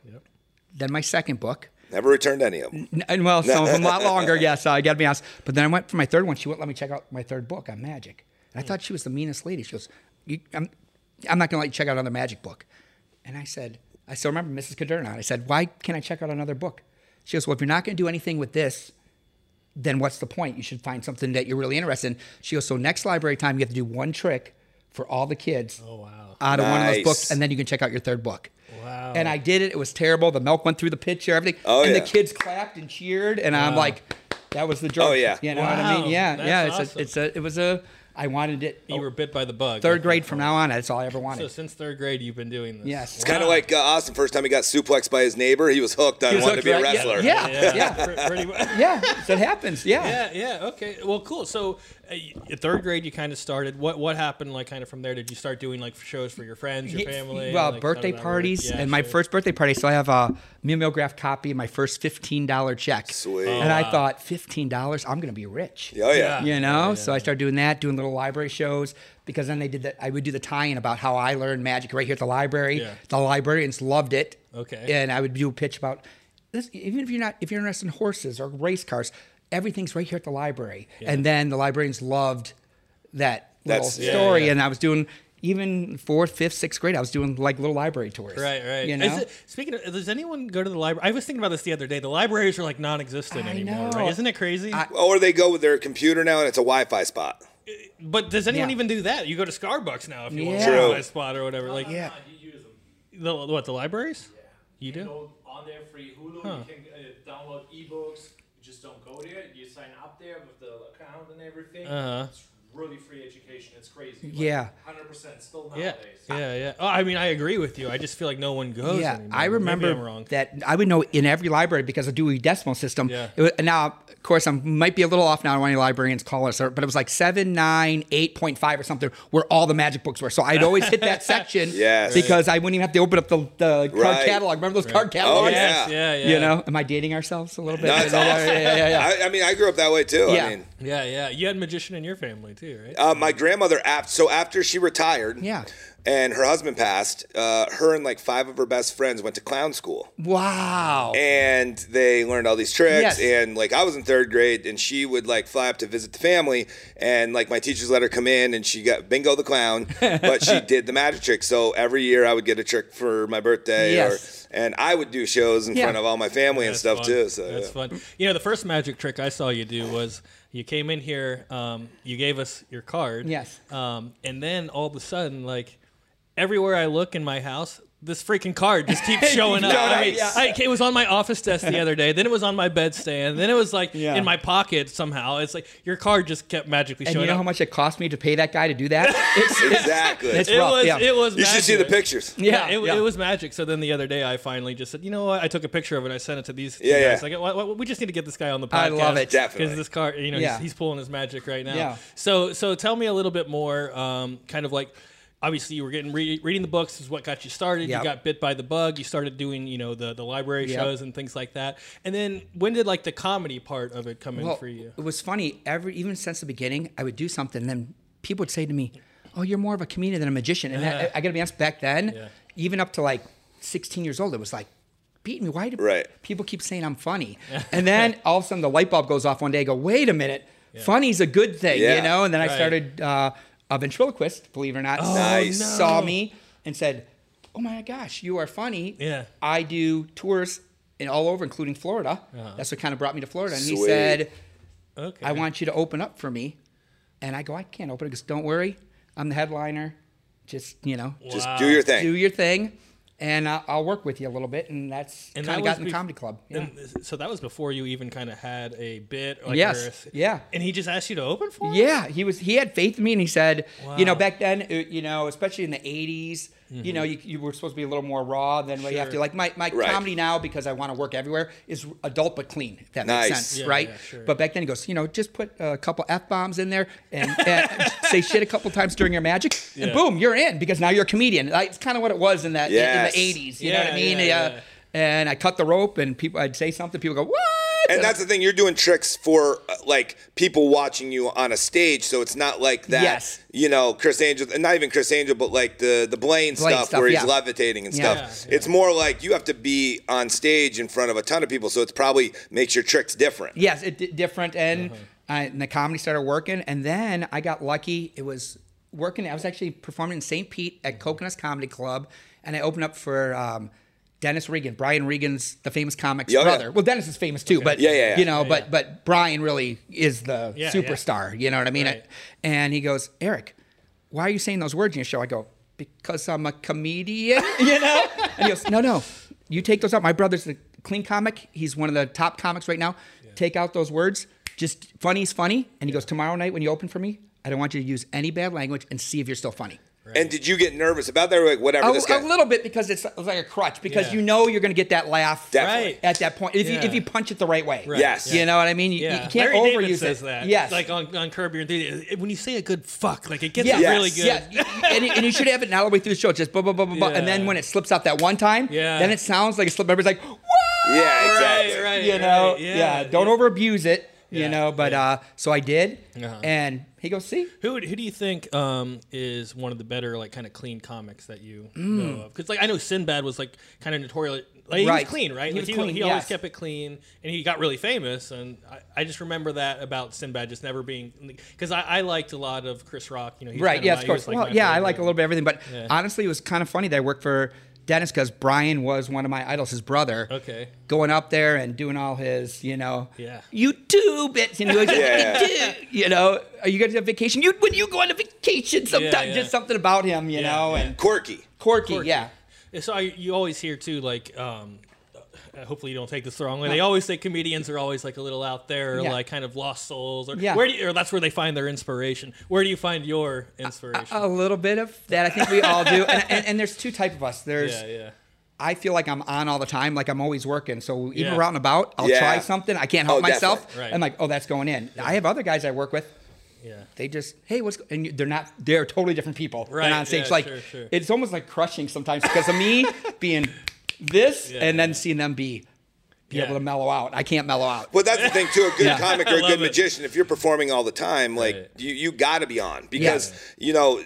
Speaker 4: then my second book.
Speaker 1: Never returned any of them.
Speaker 4: N- And well, some of them a lot longer. Yes, I got to be honest. But then I went for my third one. She wouldn't let me check out my third book on magic. And I thought she was the meanest lady. She goes, you, I'm, I'm not going to let you check out another magic book. And I said, I still remember Mrs. Caderna. I said, why can't I check out another book? She goes, well, if you're not going to do anything with this, then what's the point? You should find something that you're really interested in. She goes, so next library time, you have to do one trick for all the kids
Speaker 2: Oh wow.
Speaker 4: out of one of those
Speaker 1: Nice.
Speaker 4: books, and then you can check out your third book.
Speaker 2: Wow.
Speaker 4: And I did it. It was terrible. The milk went through the pitcher, everything.
Speaker 1: Oh,
Speaker 4: and
Speaker 1: yeah.
Speaker 4: the kids clapped and cheered, and I'm like, that was the joke.
Speaker 1: Oh, yeah.
Speaker 4: You know what I
Speaker 2: Wow,
Speaker 4: mean? Yeah,
Speaker 2: that's
Speaker 4: yeah. It's
Speaker 2: awesome.
Speaker 4: a, it's a, it was a. I wanted it.
Speaker 2: you were bit by the bug.
Speaker 4: Oh, third grade from now on. That's all I ever wanted.
Speaker 2: So since third grade, you've been doing this.
Speaker 4: Yes.
Speaker 1: It's kind of like uh, Austin. First time he got suplexed by his neighbor, he was hooked on
Speaker 4: He was
Speaker 1: wanting to
Speaker 4: hooked,
Speaker 1: be a
Speaker 4: right? Yeah,
Speaker 1: wrestler.
Speaker 4: yeah.
Speaker 2: Yeah. pre- pretty much.
Speaker 4: yeah, so it happens. Yeah.
Speaker 2: Yeah, yeah, okay. Well, cool. So, uh, y- third grade, you kind of started. What what happened, like, kind of from there? Did you start doing like shows for your friends, your
Speaker 4: Y-
Speaker 2: family? like, how
Speaker 4: Well,
Speaker 2: did
Speaker 4: birthday
Speaker 2: that work?
Speaker 4: parties
Speaker 2: Yeah,
Speaker 4: and my
Speaker 2: sure.
Speaker 4: first birthday party. So I have a mimeograph copy of my first fifteen dollar check.
Speaker 1: Sweet.
Speaker 4: And I thought fifteen dollars, I'm gonna be rich.
Speaker 1: Oh yeah.
Speaker 2: Yeah.
Speaker 4: you know so i started doing that doing little library shows because then they did that i would do the tie-in about how i learned magic right here at the library
Speaker 2: Yeah.
Speaker 4: the librarians loved it
Speaker 2: Okay.
Speaker 4: and i would do a pitch about this even if you're not if you're interested in horses or race cars everything's right here at the library and then the librarians loved that little
Speaker 1: That's- yeah,
Speaker 4: story
Speaker 2: yeah.
Speaker 4: and i was doing even fourth fifth sixth grade i was doing like little library tours
Speaker 2: Right, right.
Speaker 4: you
Speaker 2: Is
Speaker 4: know
Speaker 2: it- speaking of, does anyone go to the library? I was thinking about this the other day. The libraries are like non-existent
Speaker 4: I
Speaker 2: anymore,
Speaker 4: know.
Speaker 2: right? Isn't it crazy?
Speaker 4: I-
Speaker 1: Or they go with their computer now, and it's a Wi-Fi spot.
Speaker 2: But does anyone
Speaker 4: Yeah.
Speaker 2: even do that? You go to Starbucks now if you want
Speaker 4: Yeah.
Speaker 2: to
Speaker 1: True.
Speaker 2: go to a spot or whatever. Like
Speaker 4: Yeah.
Speaker 5: You use them.
Speaker 2: the what the libraries? You do.
Speaker 5: Go on their free Hulu. You can uh, download ebooks. You just don't go there. You sign up there with the account and everything.
Speaker 2: Uh-huh.
Speaker 5: It's really free education. It's crazy.
Speaker 4: Yeah.
Speaker 5: Hundred percent. Still
Speaker 2: Yeah,
Speaker 5: nowadays.
Speaker 2: yeah, yeah. Oh, I mean, I agree with you. I just feel like no one goes.
Speaker 4: Yeah,
Speaker 2: anymore.
Speaker 4: I
Speaker 2: Maybe
Speaker 4: remember
Speaker 2: I'm wrong.
Speaker 4: that I would know in every library because of Dewey Decimal System.
Speaker 2: Yeah.
Speaker 4: It was, and now, of course, I might be a little off now. I don't want any librarians to call us, or- but it was like seven, nine, eight point five or something, where all the magic books were. So I'd always hit that section
Speaker 1: Yes.
Speaker 4: because I wouldn't even have to open up the, the card
Speaker 1: Right. Oh,
Speaker 4: catalog. Remember those card catalogs?
Speaker 2: Yes,
Speaker 1: Yeah.
Speaker 2: yeah, yeah.
Speaker 4: You know, am I dating ourselves a little bit?
Speaker 1: No, it's
Speaker 4: yeah,
Speaker 1: awesome.
Speaker 4: yeah, yeah, yeah, yeah.
Speaker 1: I, I mean, I grew up that way too. I
Speaker 4: Yeah.
Speaker 1: mean,
Speaker 2: Yeah, yeah. You had magician in your family too, right?
Speaker 1: uh, my grandmother, apt, so after she retired
Speaker 4: Yeah.
Speaker 1: and her husband passed, uh, her and like five of her best friends went to clown school.
Speaker 4: Wow.
Speaker 1: and they learned all these tricks
Speaker 4: Yes.
Speaker 1: and like i was in third grade and she would like fly up to visit the family and like my teachers let her come in and she got bingo the clown but she did the magic trick so every year i would get a trick for my birthday
Speaker 4: Yes.
Speaker 1: or, and i would do shows in
Speaker 4: Yeah.
Speaker 1: front of all my family and
Speaker 2: That's
Speaker 1: stuff
Speaker 2: fun.
Speaker 1: too so
Speaker 2: that's
Speaker 1: yeah.
Speaker 2: fun. You know, the first magic trick I saw you do was you came in here, um, you gave us your card,
Speaker 4: Yes.
Speaker 2: um, and then all of a sudden, like everywhere I look in my house. This freaking card just keeps showing up.
Speaker 4: Showing
Speaker 2: I
Speaker 4: up,
Speaker 2: mean,
Speaker 4: yeah.
Speaker 2: I- it was on my office desk the other day. Then it was on my bedstand. Then it was like
Speaker 4: Yeah.
Speaker 2: in my pocket somehow. It's like your card just kept magically
Speaker 4: and
Speaker 2: showing
Speaker 4: you know
Speaker 2: up.
Speaker 4: how much it cost me to pay that guy to do that? It's,
Speaker 1: exactly
Speaker 4: It's
Speaker 2: it
Speaker 4: rough,
Speaker 2: was.
Speaker 4: yeah.
Speaker 2: It was.
Speaker 1: you should see the
Speaker 2: magic.
Speaker 1: pictures
Speaker 2: Yeah, it, it was magic. So then the other day, I finally just said, you know what? I took a picture of it. I sent it to these two
Speaker 1: Yeah, yeah.
Speaker 2: guys. Like, "Why- why- we just need to get this guy on the podcast.
Speaker 4: I love it.
Speaker 1: Definitely.
Speaker 2: Because this car, you know,
Speaker 4: Yeah.
Speaker 2: he's, he's pulling his magic right now.
Speaker 4: Yeah.
Speaker 2: So, so tell me a little bit more, um, kind of like. Obviously, you were getting re- reading the books is what got you started.
Speaker 4: Yep.
Speaker 2: You got bit by the bug. You started doing, you know, the, the library
Speaker 4: Yep.
Speaker 2: shows and things like that. And then when did like the comedy part of it come in
Speaker 4: Well,
Speaker 2: for you?
Speaker 4: It was funny. Every even since the beginning, I would do something, and then people would say to me, "Oh, you're more of a comedian than a magician." And I, I got to be honest, back then,
Speaker 2: Yeah.
Speaker 4: even up to like 16 years old, it was like beating me. Why do
Speaker 1: Right.
Speaker 4: people keep saying I'm funny? and then all of a sudden, the light bulb goes off one day. I go, wait a minute, funny's a good thing,
Speaker 1: Yeah.
Speaker 4: you know? And then
Speaker 2: Right. Oh,
Speaker 4: I started uh, a ventriloquist, believe it or not.
Speaker 1: Nice. no.
Speaker 4: Saw me and said, "Oh my gosh, you are funny."
Speaker 2: Yeah.
Speaker 4: I do tours. In all over, including Florida.
Speaker 2: Uh-huh.
Speaker 4: That's what kind of brought me to Florida. And he
Speaker 1: Sweet.
Speaker 4: said,
Speaker 2: Okay.
Speaker 4: I want you to open up for me. And I go, I can't open it because don't worry, I'm the headliner. Just, you know,
Speaker 1: just
Speaker 2: Wow.
Speaker 1: do your thing
Speaker 4: do your thing and uh, I'll, I'll work with you a little bit. And that's
Speaker 2: And
Speaker 4: kind of
Speaker 2: that
Speaker 4: got
Speaker 2: was
Speaker 4: in the
Speaker 2: bef-
Speaker 4: comedy club. Yeah.
Speaker 2: And th- so that was before you even kind of had a bit. Like,
Speaker 4: Yes,
Speaker 2: or a s-
Speaker 4: yeah.
Speaker 2: And he just asked you to open for him.
Speaker 4: yeah, he was. He had faith in me, and he said, "You know,
Speaker 2: Wow. Mm-hmm.
Speaker 4: back then, uh, you know, especially in the '80s, you know, you, you were supposed to be a little more raw than what you have to.
Speaker 2: Sure.
Speaker 4: Like my, my
Speaker 1: Right.
Speaker 4: comedy now, because I want to work everywhere, is adult but clean. If that
Speaker 1: Nice.
Speaker 4: makes sense,
Speaker 2: Yeah,
Speaker 4: right?
Speaker 2: yeah, sure.
Speaker 4: But back then, he goes, you know, just put a couple f bombs in there and, and say shit a couple times during your magic, and
Speaker 2: Yeah.
Speaker 4: boom, you're in because now you're a comedian. Like, it's kind of what it was in that
Speaker 1: Yes.
Speaker 4: in, the '80s. You know
Speaker 2: Yeah,
Speaker 4: what I mean?
Speaker 2: yeah,
Speaker 4: Yeah,
Speaker 2: yeah.
Speaker 4: And I cut the rope, and people, I'd say something, people go, what?
Speaker 1: and that's the thing you're doing tricks for uh, like people watching you on a stage so it's not like that
Speaker 4: Yes.
Speaker 1: you know chris angel and not even chris angel but like the the blaine,
Speaker 4: Blaine
Speaker 1: stuff,
Speaker 4: stuff,
Speaker 1: where
Speaker 4: yeah.
Speaker 1: he's levitating and
Speaker 4: Yeah.
Speaker 1: stuff it's more like you have to be on stage in front of a ton of people so it's probably makes your tricks different
Speaker 4: Yes, it di different, and,
Speaker 1: Uh-huh.
Speaker 4: I, and the comedy started working, and then I got lucky. It was working. I was actually performing in St. Pete at
Speaker 1: Mm-hmm.
Speaker 4: Coconuts Comedy Club, and I opened up for um, Dennis Regan, Brian Regan's the famous comic's
Speaker 1: Yeah, yeah.
Speaker 4: brother. Well, Dennis is famous too, but
Speaker 1: Yeah, yeah, yeah.
Speaker 4: you know, but but Brian really is the
Speaker 2: Yeah, yeah.
Speaker 4: superstar. You know what I mean?
Speaker 2: Right.
Speaker 4: And he goes, Eric, why are you saying those words in your show? I go. Because I'm a comedian, you know? And he goes, No, no, you take those out. My brother's the clean comic. He's one of the top comics right now. Take out those words. Just funny's funny. And he goes, Tomorrow night when you open for me, I don't want you to use any bad language and see if you're still funny.
Speaker 1: and did you get nervous about that Or like whatever
Speaker 4: A,
Speaker 1: this guy
Speaker 4: a little bit because it's, it's like a crutch because
Speaker 2: Yeah.
Speaker 4: you know you're going to get that laugh
Speaker 1: Definitely.
Speaker 2: Right.
Speaker 4: at that point if, you,
Speaker 2: Yeah.
Speaker 4: if you punch it the right way.
Speaker 1: Yes.
Speaker 4: You know what I mean? You,
Speaker 2: Yeah.
Speaker 4: you can't
Speaker 2: Larry
Speaker 4: overuse
Speaker 2: David
Speaker 4: it.
Speaker 2: says that.
Speaker 4: Yes.
Speaker 2: Like oh, on, on Curb Your Enthusiasm. It- When you say a good fuck, like it gets
Speaker 4: Yeah,
Speaker 2: really good.
Speaker 4: Yeah, y- y- and, you- and you should have it all the way through the show, just blah blah blah blah, blah. and then
Speaker 2: Yeah.
Speaker 4: when it slips out that one time,
Speaker 2: Yeah.
Speaker 4: then it sounds like a slip. Everybody's like, "Whoa!"
Speaker 1: yeah exactly
Speaker 2: Right, right.
Speaker 4: you know,
Speaker 2: right,
Speaker 4: yeah,
Speaker 2: yeah,
Speaker 4: Don't
Speaker 2: yeah.
Speaker 4: over abuse it,
Speaker 2: Yeah,
Speaker 4: you know. But
Speaker 2: yeah.
Speaker 4: uh, so I did,
Speaker 2: Uh-huh.
Speaker 4: and he goes, "See,
Speaker 2: Who, who do you think um, is one of the better like kind of clean comics that you
Speaker 4: Mm.
Speaker 2: know of? Because like I know Sinbad was like kind of notorious. Like, he
Speaker 4: Right.
Speaker 2: was clean, right?
Speaker 4: He
Speaker 2: Like,
Speaker 4: was clean,
Speaker 2: he always
Speaker 4: yes.
Speaker 2: kept it clean, and he got really famous. And I, I just remember that about Sinbad just never being because I, I liked a lot of Chris Rock. You know, he was
Speaker 4: right?
Speaker 2: kinda
Speaker 4: Yeah,
Speaker 2: my-
Speaker 4: of
Speaker 2: he
Speaker 4: course.
Speaker 2: was, like,
Speaker 4: well,
Speaker 2: my
Speaker 4: yeah, I
Speaker 2: favorite.
Speaker 4: like a little bit of everything, but honestly, it was kind of funny that I worked for Dennis because Brian was one of my idols, his brother.
Speaker 2: Okay.
Speaker 4: Going up there and doing all his, you know,
Speaker 2: Yeah.
Speaker 4: you do bits, and you, like,
Speaker 1: Yeah.
Speaker 4: you do, you know, are you going to have vacation? You when you go on a vacation sometime,
Speaker 2: yeah.
Speaker 4: just something about him, you
Speaker 2: Yeah,
Speaker 4: know,
Speaker 2: yeah.
Speaker 4: and
Speaker 1: Quirky.
Speaker 4: quirky, yeah.
Speaker 2: So I, you always hear too, like, um, uh, hopefully you don't take this the wrong way. They always say comedians are always like a little out there, or
Speaker 4: Yeah.
Speaker 2: like kind of lost souls, or
Speaker 4: Yeah.
Speaker 2: where do you, or that's where they find their inspiration. Where do you find your inspiration?
Speaker 4: A little bit of that, I think we all do, and, and, and there's two type of us. There's
Speaker 2: yeah, yeah.
Speaker 4: I feel like I'm on all the time, like I'm always working. So even
Speaker 2: Yeah.
Speaker 4: out and about, I'll
Speaker 1: Yeah.
Speaker 4: try something. I can't help
Speaker 1: Oh,
Speaker 4: myself.
Speaker 1: definitely.
Speaker 2: Right.
Speaker 4: I'm like, oh, that's going in. I have other guys I work with.
Speaker 2: Yeah.
Speaker 4: They just, hey, what's go-" and you- they're not. They're totally different people. They're
Speaker 2: Right,
Speaker 4: on stage,
Speaker 2: yeah,
Speaker 4: like
Speaker 2: sure, sure.
Speaker 4: it's almost like crushing sometimes because of me being this
Speaker 2: Yeah,
Speaker 4: and then
Speaker 2: yeah.
Speaker 4: seeing them be be
Speaker 2: Yeah.
Speaker 4: able to mellow out. I can't mellow out.
Speaker 1: Well, that's the thing too. A good
Speaker 4: Yeah.
Speaker 1: comic or a
Speaker 2: Love
Speaker 1: good
Speaker 2: it.
Speaker 1: magician, if you're performing all the time, like
Speaker 2: Right.
Speaker 1: you, you got to be on because you know,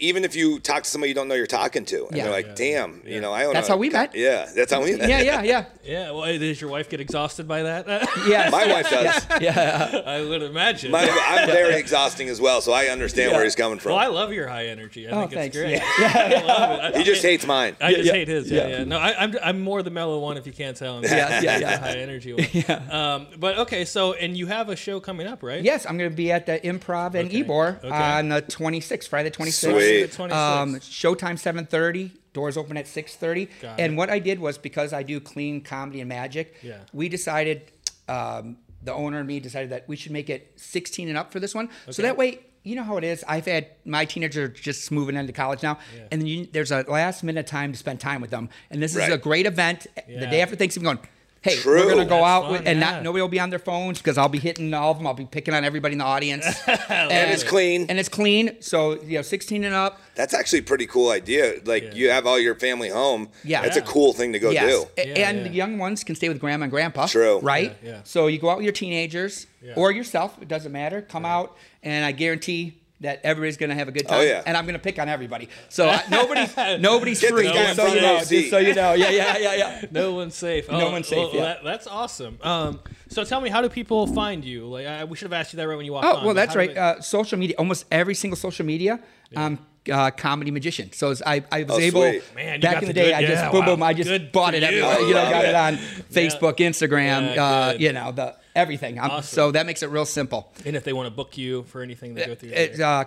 Speaker 1: even if you talk to somebody you don't know you're talking to, and
Speaker 4: Yeah.
Speaker 1: they're like, "Damn, you know, I own
Speaker 4: That's
Speaker 1: a
Speaker 4: how we
Speaker 1: co-
Speaker 4: met.
Speaker 1: Yeah, that's how we met.
Speaker 4: Yeah, yeah, yeah,
Speaker 2: Yeah, well, does your wife get exhausted by that?
Speaker 4: yeah.
Speaker 1: My wife does.
Speaker 2: I would imagine.
Speaker 1: My, I'm very exhausting as well, so I understand where he's coming from.
Speaker 2: well, I love your high energy. I
Speaker 4: Oh,
Speaker 2: think
Speaker 4: thanks.
Speaker 2: it's great.
Speaker 4: Yeah.
Speaker 2: I love it. I-
Speaker 1: he just
Speaker 2: I-
Speaker 1: hates mine.
Speaker 2: I just
Speaker 4: yeah.
Speaker 2: hate his. Yeah,
Speaker 4: Yeah.
Speaker 2: yeah. No, I, I'm I'm more the mellow one if you can't tell. I'm
Speaker 4: Yeah, yeah, yeah.
Speaker 2: the High energy one. Yeah. Um, but okay, so and you have a show coming up, right?
Speaker 4: Yes, I'm going to be at the Improv in
Speaker 2: Okay.
Speaker 4: Ebor
Speaker 2: Okay.
Speaker 4: on the 26th, Friday the 26th.
Speaker 1: Sweet.
Speaker 2: The 26th.
Speaker 4: Um, showtime 7:30. Doors open at 6:30.
Speaker 2: Got
Speaker 4: And
Speaker 2: it.
Speaker 4: what I did was because I do clean comedy and magic.
Speaker 2: Yeah.
Speaker 4: We decided, um, the owner and me decided that we should make it 16 and up for this one. So
Speaker 2: Okay.
Speaker 4: that way, you know how it is. I've had my teenager just moving into college now, and then you, there's a last minute time to spend time with them. And this
Speaker 1: Right.
Speaker 4: is a great event. The day
Speaker 2: Yeah.
Speaker 4: after Thanksgiving, going. Hey,
Speaker 1: True.
Speaker 4: we're gonna go
Speaker 1: That's
Speaker 4: out
Speaker 2: fun,
Speaker 4: with, and
Speaker 2: yeah.
Speaker 4: not nobody will be on their phones because I'll be hitting all of them. I'll be picking on everybody in the audience, and,
Speaker 1: it's clean.
Speaker 4: and it's clean. So you know, 16 and up.
Speaker 1: That's actually a pretty cool idea. Like
Speaker 2: Yeah.
Speaker 1: you have all your family home.
Speaker 4: Yeah.
Speaker 1: that's a
Speaker 4: Yeah.
Speaker 1: cool thing to go
Speaker 4: Yes.
Speaker 1: do.
Speaker 4: A-
Speaker 2: Yeah,
Speaker 4: and
Speaker 2: yeah.
Speaker 4: the young ones can stay with grandma and grandpa.
Speaker 1: True.
Speaker 4: Right?
Speaker 2: Yeah, yeah.
Speaker 4: So you go out with your teenagers
Speaker 2: Yeah.
Speaker 4: or yourself, it doesn't matter. Come out, and I guarantee that everybody's going to have a good time.
Speaker 1: Oh, yeah.
Speaker 4: And I'm going to pick on everybody. So I, nobody's, nobody's
Speaker 1: Get this
Speaker 4: free.
Speaker 1: guy
Speaker 4: just
Speaker 1: in
Speaker 4: so
Speaker 1: front
Speaker 4: you
Speaker 1: of
Speaker 4: know.
Speaker 1: the seat.
Speaker 4: Just so you know. Yeah, yeah, yeah, yeah.
Speaker 2: No one's safe.
Speaker 4: No
Speaker 2: Oh,
Speaker 4: one's safe,
Speaker 2: well,
Speaker 4: yeah.
Speaker 2: that- that's awesome. Um, so tell me, how do people find you? Like, I, we should have asked you that right when you walked on.
Speaker 4: Oh, well,
Speaker 2: but
Speaker 4: that's
Speaker 2: Um, how do
Speaker 4: right.
Speaker 2: they-
Speaker 4: Uh, social media, almost every single social media. Um, uh, comedy magician. So it's- I, I was
Speaker 1: Oh,
Speaker 4: able
Speaker 1: sweet.
Speaker 2: Man, you got
Speaker 4: back in
Speaker 2: to do
Speaker 4: the day.
Speaker 2: it.
Speaker 4: I just
Speaker 2: Yeah,
Speaker 4: boom,
Speaker 2: wow.
Speaker 4: boom. I just
Speaker 2: Good
Speaker 4: bought
Speaker 2: for
Speaker 4: it.
Speaker 2: you.
Speaker 4: everywhere.
Speaker 1: I
Speaker 4: You know,
Speaker 1: love
Speaker 4: got
Speaker 1: it.
Speaker 4: it on Facebook, Instagram.
Speaker 2: Yeah,
Speaker 4: uh,
Speaker 2: good.
Speaker 4: you know, the everything. I'm,
Speaker 2: Awesome.
Speaker 4: So that makes it real simple.
Speaker 2: and if they want to book you for anything, they go through
Speaker 4: It's
Speaker 2: your
Speaker 4: uh,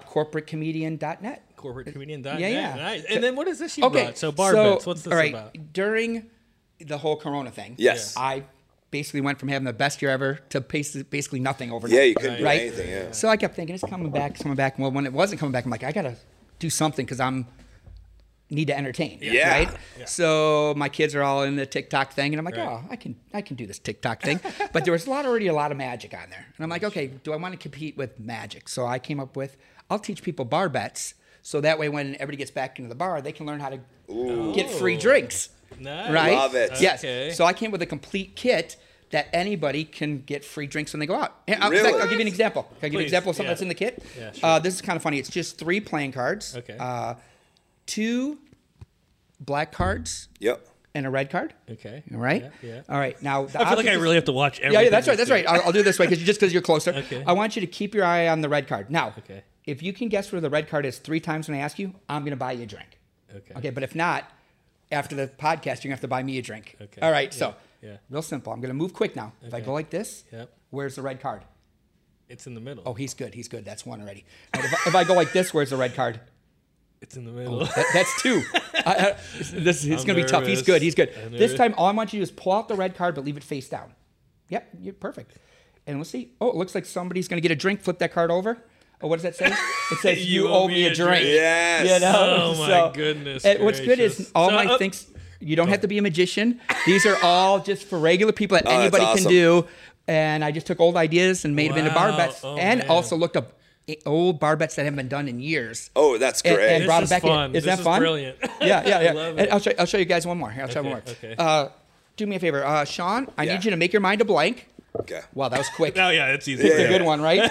Speaker 4: corporatecomedian.net.
Speaker 2: corporatecomedian.net.
Speaker 4: yeah, yeah.
Speaker 2: Nice. And then what is this you
Speaker 4: Okay.
Speaker 2: brought? So bar bits. What's this
Speaker 4: all right,
Speaker 2: about?
Speaker 4: During the whole Corona thing,
Speaker 1: Yes.
Speaker 4: I basically went from having the best year ever to basi- basically nothing overnight.
Speaker 1: Yeah, you couldn't do
Speaker 4: Right.
Speaker 1: anything. Yeah.
Speaker 4: So I kept thinking it's coming back, it's coming back. Well, when it wasn't coming back, I'm like, I gotta do something because I'm need to entertain.
Speaker 1: Yeah.
Speaker 4: Right.
Speaker 2: Yeah.
Speaker 4: So my kids are all in the TikTok thing, and I'm like,
Speaker 2: Right.
Speaker 4: oh, I can I can do this TikTok thing. but there was a lot already a lot of magic on there, and I'm like, okay, do I want to compete with magic? So I came up with I'll teach people bar bets. So that way, when everybody gets back into the bar, they can learn how to get free drinks
Speaker 2: Nice.
Speaker 4: right?
Speaker 1: Love it.
Speaker 4: Yes.
Speaker 2: Okay.
Speaker 4: So I came with a complete kit that anybody can get free drinks when they go out. And I'll, in
Speaker 1: Really?
Speaker 4: fact, I'll give you an example. Can I give you
Speaker 2: Please.
Speaker 4: an example of something
Speaker 2: Yeah.
Speaker 4: that's in the kit?
Speaker 2: Yeah, sure.
Speaker 4: uh, this is kind of funny. It's just three playing cards.
Speaker 2: Okay.
Speaker 4: Uh, two black cards
Speaker 1: Yep.
Speaker 4: and a red card.
Speaker 2: Okay.
Speaker 4: All right.
Speaker 2: Yeah. yeah.
Speaker 4: All right. Now the
Speaker 2: I feel like I
Speaker 4: object is-
Speaker 2: really have to watch everything.
Speaker 4: yeah, yeah, that's right.
Speaker 2: you
Speaker 4: That's
Speaker 2: do.
Speaker 4: right. I'll, I'll do it this way because just because you're closer.
Speaker 2: Okay.
Speaker 4: I want you to keep your eye on the red card. Now,
Speaker 2: Okay.
Speaker 4: if you can guess where the red card is three times when I ask you, I'm going to buy you a drink.
Speaker 2: Okay.
Speaker 4: Okay. But if not, after the podcast, you're going to have to buy me a drink.
Speaker 2: Okay.
Speaker 4: All right.
Speaker 2: Yeah,
Speaker 4: So,
Speaker 2: yeah.
Speaker 4: real simple. I'm going to move quick now. If I
Speaker 2: Okay.
Speaker 4: go like this,
Speaker 2: Yep.
Speaker 4: where's the red card?
Speaker 2: It's in the middle.
Speaker 4: Oh, he's good. He's good. That's one already. But if, I, if I go like this, where's the red card?
Speaker 2: It's in the middle.
Speaker 4: That- that's two. I, I, this it's
Speaker 2: I'm
Speaker 4: going to be tough. He's
Speaker 2: nervous.
Speaker 4: good. He's good.
Speaker 2: I'm
Speaker 4: This
Speaker 2: nervous.
Speaker 4: time, all I want you to do is pull out the red card, but leave it face down. Yep, you're perfect. And let's see. Oh, it looks like somebody's going to get a drink. Flip that card over. Oh, what does that say? It says you, owe me a drink.
Speaker 1: Yes.
Speaker 4: You know?
Speaker 2: Oh, my goodness
Speaker 4: and what's good
Speaker 2: gracious.
Speaker 4: is all
Speaker 2: So,
Speaker 4: my
Speaker 2: uh,
Speaker 4: things. You don't have to be a magician. These are all just for regular people that
Speaker 1: Oh, that's
Speaker 4: anybody
Speaker 1: awesome.
Speaker 4: can do. And I just took old ideas and made them into bar
Speaker 2: Wow.
Speaker 4: bets,
Speaker 2: Oh,
Speaker 4: and
Speaker 2: man.
Speaker 4: also looked up eh, old bar bets that haven't been done in years.
Speaker 1: Oh, that's
Speaker 4: And-
Speaker 1: great.
Speaker 4: and brought
Speaker 2: This
Speaker 4: it
Speaker 2: is
Speaker 4: back in.
Speaker 2: fun.
Speaker 4: Is
Speaker 2: This
Speaker 4: that
Speaker 2: is
Speaker 4: fun?
Speaker 2: brilliant.
Speaker 4: yeah, yeah, yeah.
Speaker 2: Love
Speaker 4: And
Speaker 2: it.
Speaker 4: I'll show, I'll show you guys one more. Here, I'll try
Speaker 2: Okay,
Speaker 4: one more.
Speaker 2: okay.
Speaker 4: Uh, do me a favor, uh, Sean. I
Speaker 1: Yeah.
Speaker 4: need you to make your mind a blank.
Speaker 1: okay.
Speaker 4: Wow, that was quick.
Speaker 2: Oh yeah, it's easy.
Speaker 1: It's
Speaker 4: That's a good one, right?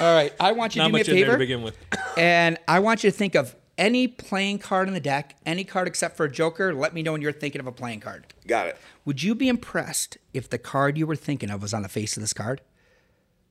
Speaker 4: All right. I want you
Speaker 2: Not
Speaker 4: to do me a
Speaker 2: much in there to
Speaker 4: favor,
Speaker 2: begin with.
Speaker 4: and I want you to think of any playing card in the deck, any card except for a joker. Let me know when you're thinking of a playing card.
Speaker 1: Got it.
Speaker 4: Would you be impressed if the card you were thinking of was on the face of this card?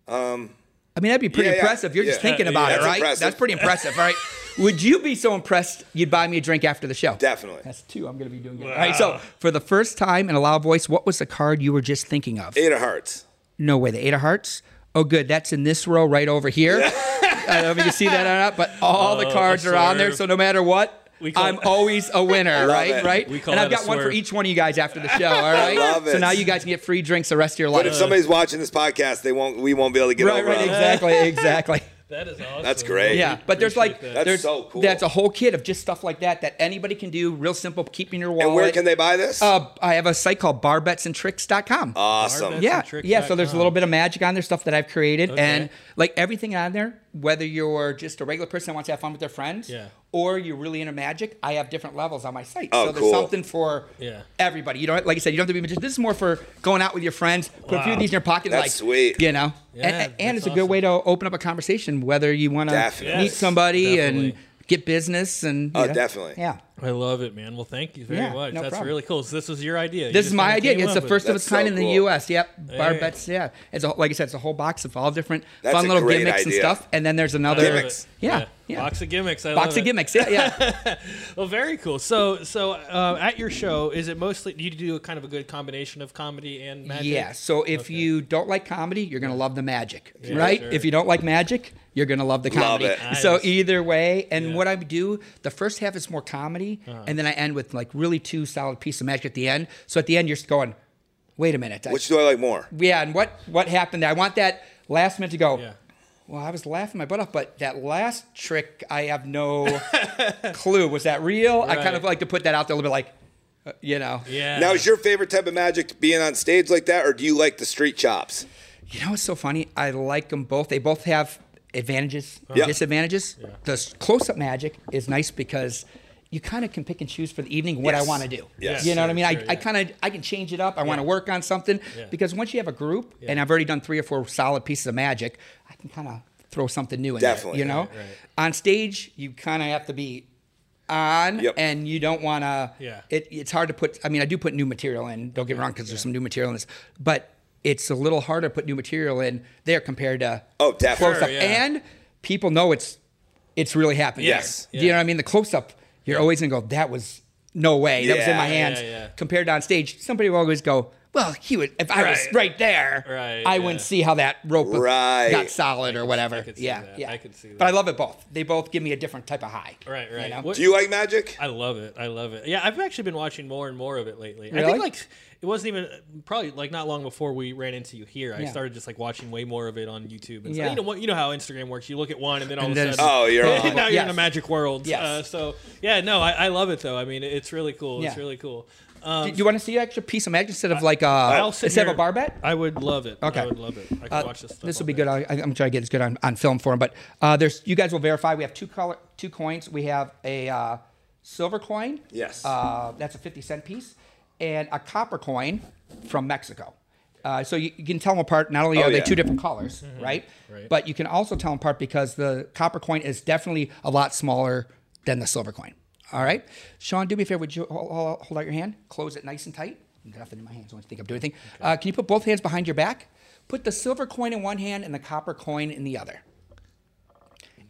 Speaker 4: Um. I mean, that'd be pretty
Speaker 1: yeah, yeah.
Speaker 4: impressive. You're just
Speaker 1: Um, Yeah.
Speaker 4: thinking
Speaker 1: Yeah,
Speaker 4: about it,
Speaker 1: that's
Speaker 4: right?
Speaker 1: impressive.
Speaker 4: That's pretty impressive, all right? Would you be so impressed you'd buy me a drink after the show?
Speaker 1: Definitely.
Speaker 4: That's two I'm going to be doing. it. All right, so for the first time in a loud voice, what was the card you were just thinking of?
Speaker 1: Eight of hearts.
Speaker 4: No way, the Eight of Hearts? Oh, good. That's in this row right over here. I don't know if you can see that or not, but all the
Speaker 2: Oh,
Speaker 4: cards
Speaker 2: a
Speaker 4: are on there.
Speaker 2: swerve.
Speaker 4: So no matter what,
Speaker 2: We call-
Speaker 4: I'm always a winner, right?
Speaker 1: it.
Speaker 4: Right?
Speaker 2: We call
Speaker 4: and I've
Speaker 2: that a
Speaker 4: got one for
Speaker 2: swerve.
Speaker 4: each one of you guys after the show, all right?
Speaker 1: love
Speaker 4: So
Speaker 1: it.
Speaker 4: now you guys can get free drinks the rest of your life.
Speaker 1: But if somebody's watching this podcast, they won't. We won't be able to get
Speaker 4: right,
Speaker 1: over
Speaker 4: right,
Speaker 1: on that.
Speaker 4: exactly, exactly.
Speaker 2: That is awesome.
Speaker 1: That's great.
Speaker 4: Yeah, but there's like
Speaker 2: appreciate
Speaker 1: That's
Speaker 2: that.
Speaker 4: there's
Speaker 1: so cool.
Speaker 4: That's a whole kit of just stuff like that that anybody can do. Real simple, keeping your wallet.
Speaker 1: And where can they buy this?
Speaker 4: Uh, I have a site called barbetsandtricks.com.
Speaker 1: Oh, awesome.
Speaker 2: Barbets.
Speaker 4: yeah,
Speaker 2: Tricks
Speaker 4: yeah. So there's a
Speaker 2: dot
Speaker 4: little bit of magic on there, stuff that I've created, and
Speaker 2: Okay.
Speaker 4: like everything on there. Whether you're just a regular person that wants to have fun with their friends,
Speaker 2: Yeah.
Speaker 4: or you're really into magic, I have different levels on my site.
Speaker 1: Oh,
Speaker 4: so there's
Speaker 1: cool.
Speaker 4: something for
Speaker 2: Yeah.
Speaker 4: everybody. You don't like I said, you don't have to be magician. This is more for going out with your friends. Put a few of
Speaker 2: Wow.
Speaker 4: these in your pocket,
Speaker 1: That's
Speaker 4: like
Speaker 1: sweet.
Speaker 4: you know.
Speaker 2: Yeah,
Speaker 4: and and it's
Speaker 2: that's
Speaker 4: a good
Speaker 2: awesome.
Speaker 4: way to open up a conversation, whether you want to
Speaker 1: Definitely.
Speaker 4: meet
Speaker 2: Yes,
Speaker 4: somebody
Speaker 2: definitely.
Speaker 4: and get business and you
Speaker 1: Oh,
Speaker 4: know.
Speaker 1: definitely.
Speaker 4: yeah.
Speaker 2: I love it, man. Well, thank you very
Speaker 4: Yeah,
Speaker 2: much.
Speaker 4: no
Speaker 2: That's
Speaker 4: problem.
Speaker 2: really cool. So this was your idea. You
Speaker 4: This
Speaker 2: just
Speaker 4: is my
Speaker 2: kinda
Speaker 4: idea.
Speaker 2: came
Speaker 4: It's
Speaker 2: up
Speaker 4: the
Speaker 2: with
Speaker 4: first
Speaker 2: it.
Speaker 4: of its
Speaker 1: That's so
Speaker 4: kind in
Speaker 1: cool.
Speaker 4: the U.S. Yep, bar
Speaker 2: Hey.
Speaker 4: bets. Yeah, it's a, like I said, it's a whole box of all different
Speaker 1: That's
Speaker 4: fun
Speaker 1: a
Speaker 4: little
Speaker 1: great
Speaker 4: gimmicks
Speaker 1: idea.
Speaker 4: and stuff. And then there's another
Speaker 1: Gimmicks.
Speaker 4: Yeah, yeah.
Speaker 2: Box of gimmicks. I
Speaker 4: Box
Speaker 2: love
Speaker 4: of
Speaker 2: it.
Speaker 4: gimmicks. Yeah, yeah.
Speaker 2: Well, very cool. So, so uh, at your show, is it mostly you do a kind of a good combination of comedy and magic?
Speaker 4: yeah. So if you don't like comedy, you're gonna love the magic, right?
Speaker 2: sure.
Speaker 4: If you don't like magic, you're gonna love the
Speaker 1: Love
Speaker 4: comedy.
Speaker 1: it.
Speaker 4: So
Speaker 2: Nice.
Speaker 4: either way, and
Speaker 2: Yeah. Uh-huh.
Speaker 4: what I do, the first half is more comedy, and then I end with like really two solid pieces of magic at the end. So at the end, you're just going, wait a minute, I-
Speaker 1: Which do I like more?
Speaker 4: yeah. And what what happened there? I want that last minute to go.
Speaker 2: Yeah.
Speaker 4: Well, I was laughing my butt off, but that last trick, I have no clue. Was that real? I kind of
Speaker 2: Right.
Speaker 4: like to put that out there a little bit, like, uh, you know,
Speaker 2: Yeah.
Speaker 1: Now, is your favorite type of magic being on stage like that, or do you like the street chops?
Speaker 4: you know, it's so funny. I like them both. They both have advantages,
Speaker 1: Yeah.
Speaker 4: disadvantages. The s- close-up magic is nice because you kind of can pick and choose for the evening what I
Speaker 1: Yes.
Speaker 4: want to do.
Speaker 1: Yes.
Speaker 4: You know what I mean? I,
Speaker 2: Sure,
Speaker 4: I
Speaker 2: yeah.
Speaker 4: kind of I can change it up. I want to work on something
Speaker 2: Yeah.
Speaker 4: because once you have a group, and I've already done three or four solid pieces of magic, I can kind of throw something new in. there,
Speaker 1: Definitely.
Speaker 4: you know,
Speaker 2: Right, right.
Speaker 4: on stage you kind of have to be on
Speaker 1: Yep.
Speaker 4: and you don't want to
Speaker 2: Yeah.
Speaker 4: it, it's hard to put i mean i do put new material in don't get me wrong because there's some new material in this but it's a little harder to put new material in there compared to
Speaker 1: Oh, definitely.
Speaker 4: close up
Speaker 2: yeah.
Speaker 4: and people know it's it's really happening
Speaker 1: Yes.
Speaker 4: there. Do you know what i mean the close up you're always gonna go that was no way that was in
Speaker 1: Yeah,
Speaker 4: my hands
Speaker 2: yeah, yeah.
Speaker 4: compared to on stage somebody will always go well he would if i was
Speaker 2: Right.
Speaker 4: right there
Speaker 2: Right,
Speaker 4: i
Speaker 2: yeah.
Speaker 4: wouldn't see how that rope was-
Speaker 1: Right.
Speaker 4: got solid or whatever
Speaker 2: could see
Speaker 4: yeah
Speaker 2: that.
Speaker 4: yeah
Speaker 2: I could see
Speaker 4: but i
Speaker 2: that.
Speaker 4: love it both they both give me a different type of high
Speaker 2: Right,
Speaker 4: you
Speaker 2: right.
Speaker 4: know?
Speaker 2: What-
Speaker 1: Do you like magic?
Speaker 2: I love it. I love it. Yeah, I've actually been watching more and more of it lately. I
Speaker 4: Really?
Speaker 2: think like it wasn't even probably like not long before we ran into you here. I
Speaker 4: Yeah.
Speaker 2: started just like watching way more of it on YouTube. And
Speaker 4: Yeah.
Speaker 2: yeah. you know what? You know how Instagram works. You look at one and then all
Speaker 4: And
Speaker 2: of
Speaker 4: then
Speaker 2: a
Speaker 4: it's-
Speaker 2: sudden,
Speaker 1: Oh, you're
Speaker 2: now
Speaker 1: on.
Speaker 2: you're in a
Speaker 4: Yes.
Speaker 2: magic world.
Speaker 4: Yes.
Speaker 2: Uh, so yeah, no, I, I love it though. I mean, it's really cool. It's
Speaker 4: Yeah.
Speaker 2: really cool.
Speaker 4: Do you want to see an extra piece of magic instead of like
Speaker 2: I'll
Speaker 4: uh,
Speaker 2: sit
Speaker 4: instead of
Speaker 2: here-
Speaker 4: a bar bet?
Speaker 2: I would love it.
Speaker 4: Okay.
Speaker 2: I would love it. I could
Speaker 4: Uh,
Speaker 2: watch this. Stuff
Speaker 4: this
Speaker 2: all
Speaker 4: will be
Speaker 2: day.
Speaker 4: good. I, I'm trying to get this good on, on film for him. But uh, there's you guys will verify. We have two color two coins. We have a uh, silver coin.
Speaker 1: Yes.
Speaker 4: Uh, that's a 50 cent piece, and a copper coin from Mexico. Uh, so you, you can tell them apart. Not only
Speaker 1: Oh,
Speaker 4: are they
Speaker 1: yeah.
Speaker 4: two different colors, right?
Speaker 2: Right.
Speaker 4: But you can also tell them apart because the copper coin is definitely a lot smaller than the silver coin. All right, Sean, do me a favor. Would you hold, hold- hold out your hand? Close it nice and tight. Nothing in my hands. I don't think I'm doing anything. Uh, can you put both hands behind your back? Put the silver coin in one hand and the copper coin in the other.